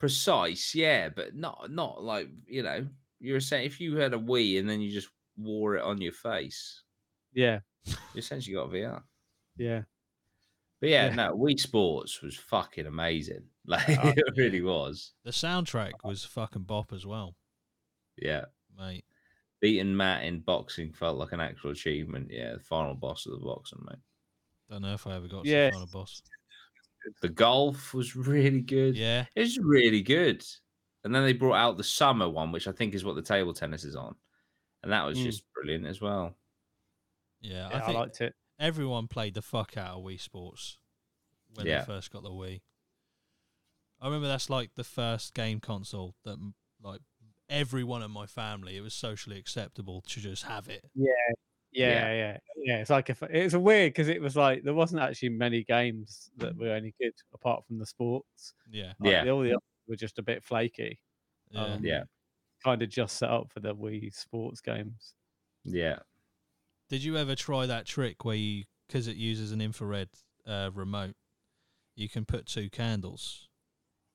Speaker 2: precise. Yeah, but not not like you know. You're saying if you had a Wii and then you just wore it on your face,
Speaker 3: Yeah,
Speaker 2: you essentially got VR.
Speaker 3: yeah.
Speaker 2: But yeah,
Speaker 3: Yeah.
Speaker 2: no, Wii Sports was fucking amazing. Like
Speaker 1: Oh,
Speaker 2: it
Speaker 1: yeah.
Speaker 2: really was.
Speaker 1: the soundtrack was fucking bop as well,
Speaker 2: Yeah.
Speaker 1: mate.
Speaker 2: Beating Matt in boxing felt like an actual achievement. Yeah, the final boss of the boxing, mate.
Speaker 1: Don't know if I ever got to
Speaker 3: Yeah.
Speaker 1: the final boss.
Speaker 2: The golf was really good.
Speaker 1: Yeah,
Speaker 2: It was really good. And then they brought out the summer one, which I think is what the table tennis is on. And that
Speaker 1: Hmm.
Speaker 2: was
Speaker 3: Mm.
Speaker 2: just brilliant as well.
Speaker 1: yeah.
Speaker 3: yeah
Speaker 1: I
Speaker 3: I,
Speaker 1: think
Speaker 3: liked it.
Speaker 1: everyone played the fuck out of Wii Sports when
Speaker 2: Yeah.
Speaker 1: they first got the Wii. I remember that's like the first game console that m- like everyone in my family it was socially acceptable to just have it.
Speaker 3: Yeah, yeah, yeah. It's like if it's weird because it was like there wasn't actually many games that
Speaker 2: Mm.
Speaker 3: were any good apart from the sports.
Speaker 1: Yeah,
Speaker 3: Like,
Speaker 2: Yeah.
Speaker 3: the- all the others were just a bit flaky.
Speaker 1: yeah.
Speaker 3: Um,
Speaker 2: Yeah.
Speaker 3: kind of just set up for the Wii sports games.
Speaker 2: Yeah.
Speaker 1: Did you ever try that trick where you because it uses an infrared uh, remote, you can put two candles,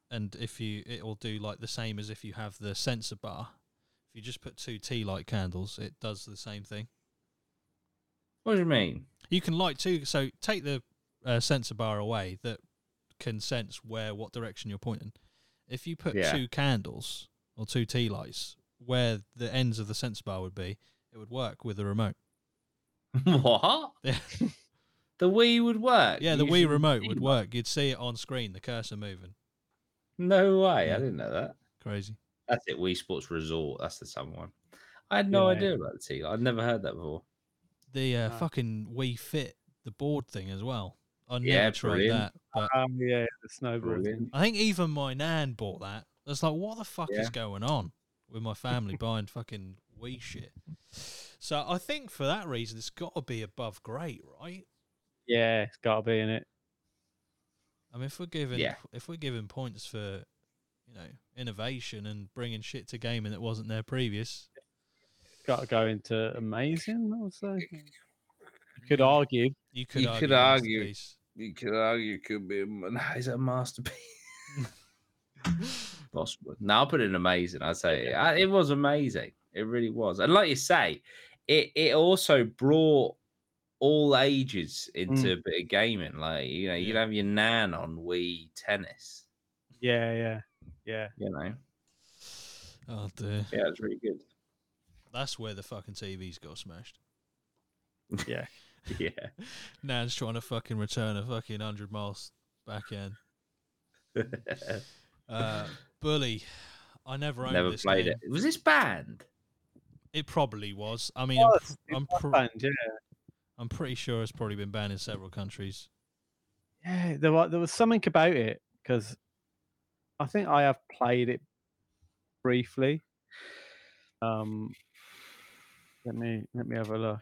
Speaker 1: and if you it will do like the same as if you have the sensor bar. If you just put two tea light candles, it does the same thing.
Speaker 2: What do you mean?
Speaker 1: You can light two. So take the uh, sensor bar away that can sense where what direction you're pointing. If you put
Speaker 2: Yeah.
Speaker 1: two candles or two tea lights where the ends of the sensor bar would be, it would work with the remote.
Speaker 2: what?
Speaker 1: Yeah.
Speaker 2: The Wii would work.
Speaker 1: Yeah, the
Speaker 2: using
Speaker 1: Wii remote would
Speaker 2: remote.
Speaker 1: work. You'd see it on screen, the cursor moving.
Speaker 2: No way.
Speaker 1: Yeah.
Speaker 2: I didn't know that.
Speaker 1: Crazy.
Speaker 2: That's it. Wii Sports Resort. That's the summer one. I had no
Speaker 3: Yeah.
Speaker 2: idea about the tea. I'd never heard that before.
Speaker 1: The uh,
Speaker 2: Ah.
Speaker 3: Wow.
Speaker 1: fucking Wii Fit, the board thing as well. I never
Speaker 2: Yeah,
Speaker 1: tried
Speaker 2: brilliant.
Speaker 1: that. But
Speaker 3: Um, yeah, the snowboard.
Speaker 2: Brilliant.
Speaker 1: I think even my nan bought that. It's like, what the fuck
Speaker 2: Yeah.
Speaker 1: is going on with my family buying fucking Wii shit? So I think for that reason, it's got to be above great, right?
Speaker 3: Yeah, it's got to be in it.
Speaker 1: I mean, if we're giving
Speaker 2: Yeah.
Speaker 1: if we're giving points for you know innovation and bringing shit to gaming that wasn't there previous,
Speaker 3: It's got to go into amazing. I would say. You could argue.
Speaker 1: you could
Speaker 2: You
Speaker 1: argue.
Speaker 2: could argue.
Speaker 1: masterpiece.
Speaker 2: You could argue it could be a, ma- nah, it's a masterpiece. Possible. No, I'll put it in amazing. I'd say it. I- it was amazing. It really was. And like you say, it, it also brought all ages into a bit of gaming. Like, you know, you could
Speaker 1: Yeah.
Speaker 2: have your nan on Wii tennis,
Speaker 3: Yeah, yeah, yeah.
Speaker 2: you know.
Speaker 1: Oh dear,
Speaker 2: Yeah, it's really good.
Speaker 1: that's where the fucking TVs got smashed.
Speaker 2: Yeah.
Speaker 1: Nan's trying to fucking return a fucking hundred miles back end. Uh, Bully, I never owned
Speaker 2: never
Speaker 1: this
Speaker 2: played
Speaker 1: game.
Speaker 2: it. Was this banned?
Speaker 1: It probably was. I mean,
Speaker 3: Well,
Speaker 1: I'm,
Speaker 3: it's- it's
Speaker 1: I'm,
Speaker 3: rock
Speaker 1: pr-
Speaker 3: band, yeah.
Speaker 1: I'm pretty sure it's probably been banned in several countries.
Speaker 3: Yeah, there was there was something about it because I think I have played it briefly. Um, let me let me have a look.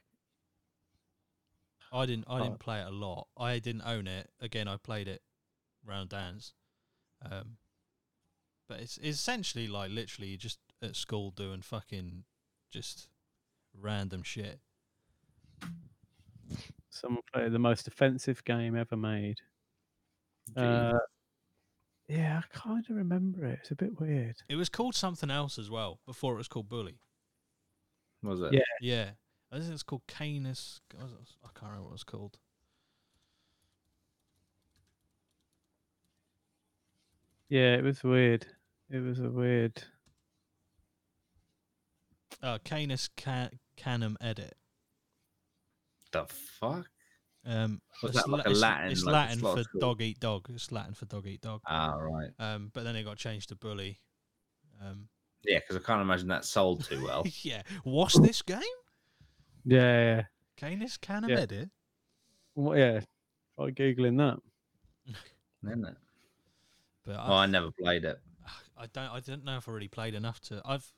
Speaker 1: I didn't. I
Speaker 3: Oh.
Speaker 1: didn't play it a lot. I didn't own it. Again, I played it round dance. Um, but it's, it's essentially like literally just at school doing fucking just random shit.
Speaker 3: Someone played the most offensive game ever made. Uh, yeah, I kind of remember it. It's a bit weird.
Speaker 1: It was called something else as well before it was called Bully.
Speaker 2: was it?
Speaker 3: yeah.
Speaker 1: Yeah, I think it's called Canis. I can't remember what it's called.
Speaker 3: Yeah, it was weird. It was a weird.
Speaker 1: Uh, Canis Ca- Canum Edit.
Speaker 2: The fuck?
Speaker 1: Um,
Speaker 2: Was
Speaker 1: it's
Speaker 2: that
Speaker 1: la-
Speaker 2: like a
Speaker 1: it's-
Speaker 2: Latin,
Speaker 1: It's
Speaker 2: like a
Speaker 1: Latin
Speaker 2: slot
Speaker 1: for
Speaker 2: school?
Speaker 1: dog eat dog. It's Latin for dog eat dog.
Speaker 2: Ah, right.
Speaker 1: Um, but then it got changed to bully. Um,
Speaker 2: Yeah, because I can't imagine that sold too well.
Speaker 1: yeah. What's this game?
Speaker 3: Yeah, yeah.
Speaker 1: Canis Canum
Speaker 3: Yeah.
Speaker 1: Edit.
Speaker 3: Well, yeah. Try googling that.
Speaker 2: Isn't it?
Speaker 1: But
Speaker 4: Oh,
Speaker 2: Well, Oh, I
Speaker 1: I,
Speaker 2: never played it.
Speaker 1: I don't. I don't know if I really played enough to. I've.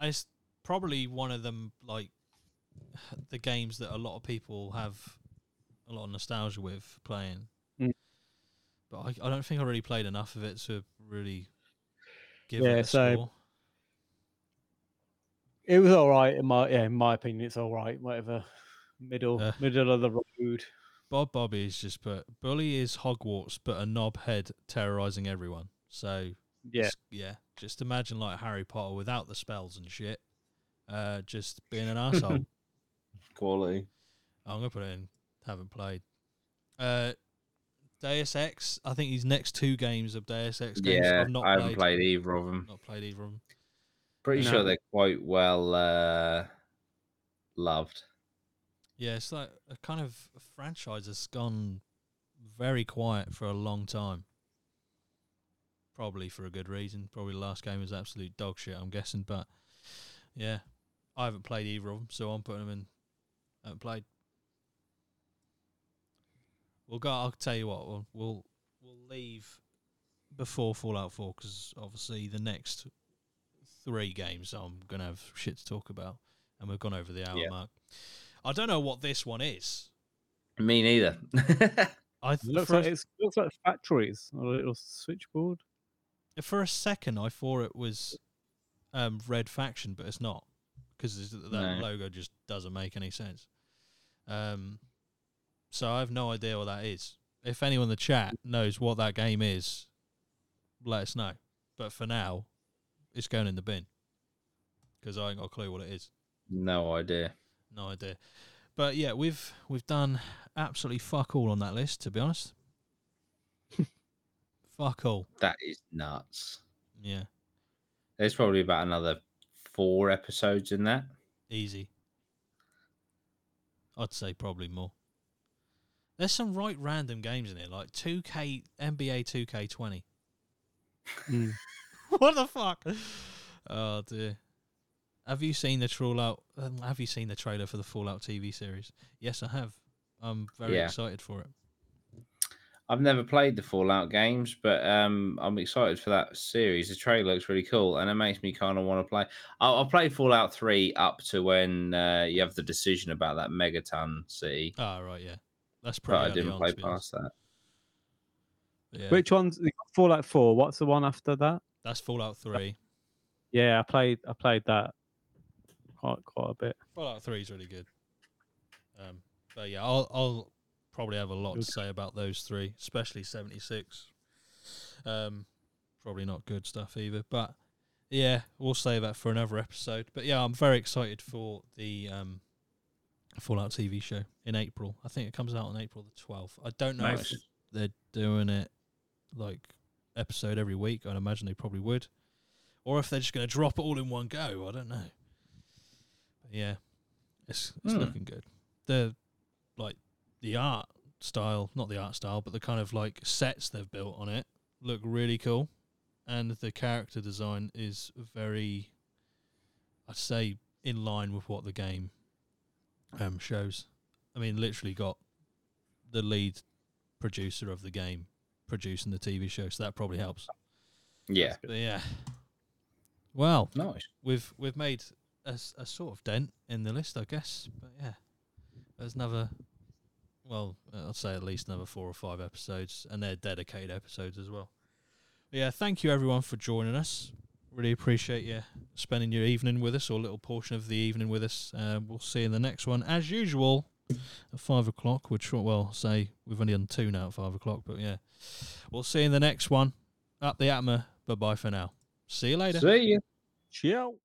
Speaker 1: It's probably one of them like the games that a lot of people have a lot of nostalgia with playing.
Speaker 3: Mm.
Speaker 1: But I, I don't think I really played enough of it to really give
Speaker 3: Yeah,
Speaker 1: it a
Speaker 3: so-
Speaker 1: score.
Speaker 3: it was all right in my yeah, in my opinion, it's all right. Whatever, middle
Speaker 1: Yeah.
Speaker 3: middle of the road.
Speaker 1: Bob Bobby has just put Bully is Hogwarts, but a knobhead terrorizing everyone. So
Speaker 3: Yeah,
Speaker 1: s- yeah, just imagine like Harry Potter without the spells and shit, uh, just being an asshole.
Speaker 4: Quality.
Speaker 1: I'm gonna put it in. Haven't played. Uh, Deus Ex. I think these next two games of Deus Ex games
Speaker 4: yeah,
Speaker 1: I've not
Speaker 4: I haven't
Speaker 1: played.
Speaker 4: played either of them.
Speaker 1: Not played either of 'em.
Speaker 4: Pretty
Speaker 3: No.
Speaker 4: sure they're quite well uh, loved.
Speaker 1: Yeah, it's like a kind of a franchise that's gone very quiet for a long time. Probably for a good reason. Probably the last game was absolute dog shit, I'm guessing. But yeah, I haven't played either of them, so I'm putting them in. Haven't played. We'll go. I'll tell you what. We'll we'll, we'll leave before Fallout Four because obviously the next three games I'm gonna have shit to talk about, and we've gone over the hour
Speaker 4: Yeah.
Speaker 1: mark. I don't know what this one is.
Speaker 4: Me neither.
Speaker 1: I
Speaker 3: it
Speaker 1: th-
Speaker 3: looks
Speaker 1: for,
Speaker 3: like
Speaker 1: a,
Speaker 3: it's, looks like factories or a little switchboard.
Speaker 1: for a second I thought it was um, Red Faction, but it's not because that
Speaker 4: No.
Speaker 1: logo just doesn't make any sense. Um, so I have no idea what that is. If anyone in the chat knows what that game is, let us know. But for now, it's going in the bin because I ain't got a clue what it is.
Speaker 4: no idea.
Speaker 1: No idea. But yeah, we've we've done absolutely fuck all on that list. To be honest, fuck all.
Speaker 4: That is nuts.
Speaker 1: Yeah,
Speaker 4: There's probably about another four episodes in that.
Speaker 1: easy. I'd say probably more. There's some right random games in here, like 2K NBA 2K20.
Speaker 3: Mm.
Speaker 1: what the fuck? Oh dear. Have you seen the Fallout? Um, have you seen the trailer for the Fallout TV series? Yes, I have. I'm very
Speaker 4: Yeah.
Speaker 1: excited for it.
Speaker 4: I've never played the Fallout games, but um, I'm excited for that series. The trailer looks really cool, and it makes me kind of want to play. I'll, I'll play Fallout Three up to when uh, you have the decision about that megaton city,
Speaker 1: Ah, right, yeah. That's
Speaker 4: but
Speaker 1: pretty.
Speaker 4: I
Speaker 1: early
Speaker 4: didn't
Speaker 1: on,
Speaker 4: play
Speaker 1: to be honest.
Speaker 4: past that.
Speaker 1: Yeah.
Speaker 3: Which one's Fallout Four? What's the one after that?
Speaker 1: That's Fallout 3.
Speaker 3: Yeah, I played I played that quite quite a bit.
Speaker 1: Fallout 3 is really good. Um, but yeah, I'll, I'll probably have a lot to say about those three, especially 76. Um, probably not good stuff either. But yeah, we'll save that for another episode. But yeah, I'm very excited for the um, Fallout TV show in April. I think it comes out on April the 12th. I don't know if
Speaker 4: Nice.
Speaker 1: they're doing it like episode every week. I'd imagine they probably would. Or if they're just going to drop it all in one go. I don't know. But yeah, it's, it's
Speaker 4: Hmm.
Speaker 1: looking good. The like the art style, not the art style, but the kind of like sets they've built on it look really cool, and the character design is very, I'd say, in line with what the game um, shows. I mean, literally got the lead producer of the game producing the TV show, so that probably helps.
Speaker 4: Yeah,
Speaker 1: But yeah. Well,
Speaker 4: nice.
Speaker 1: we've we've made a, s- a sort of dent in the list, I guess. But yeah, there's another, well, uh, I'd say at least another four or five episodes, and they're dedicated episodes as well. But yeah, thank you everyone for joining us. Really appreciate you spending your evening with us, or a little portion of the evening with us. Uh, we'll see you in the next one, as usual, at five o'clock. We're tr- well, say we've only done two now at five o'clock, but yeah, we'll see you in the next one. Up the Atma, but bye for now. See you later.
Speaker 4: See you.
Speaker 3: Chill.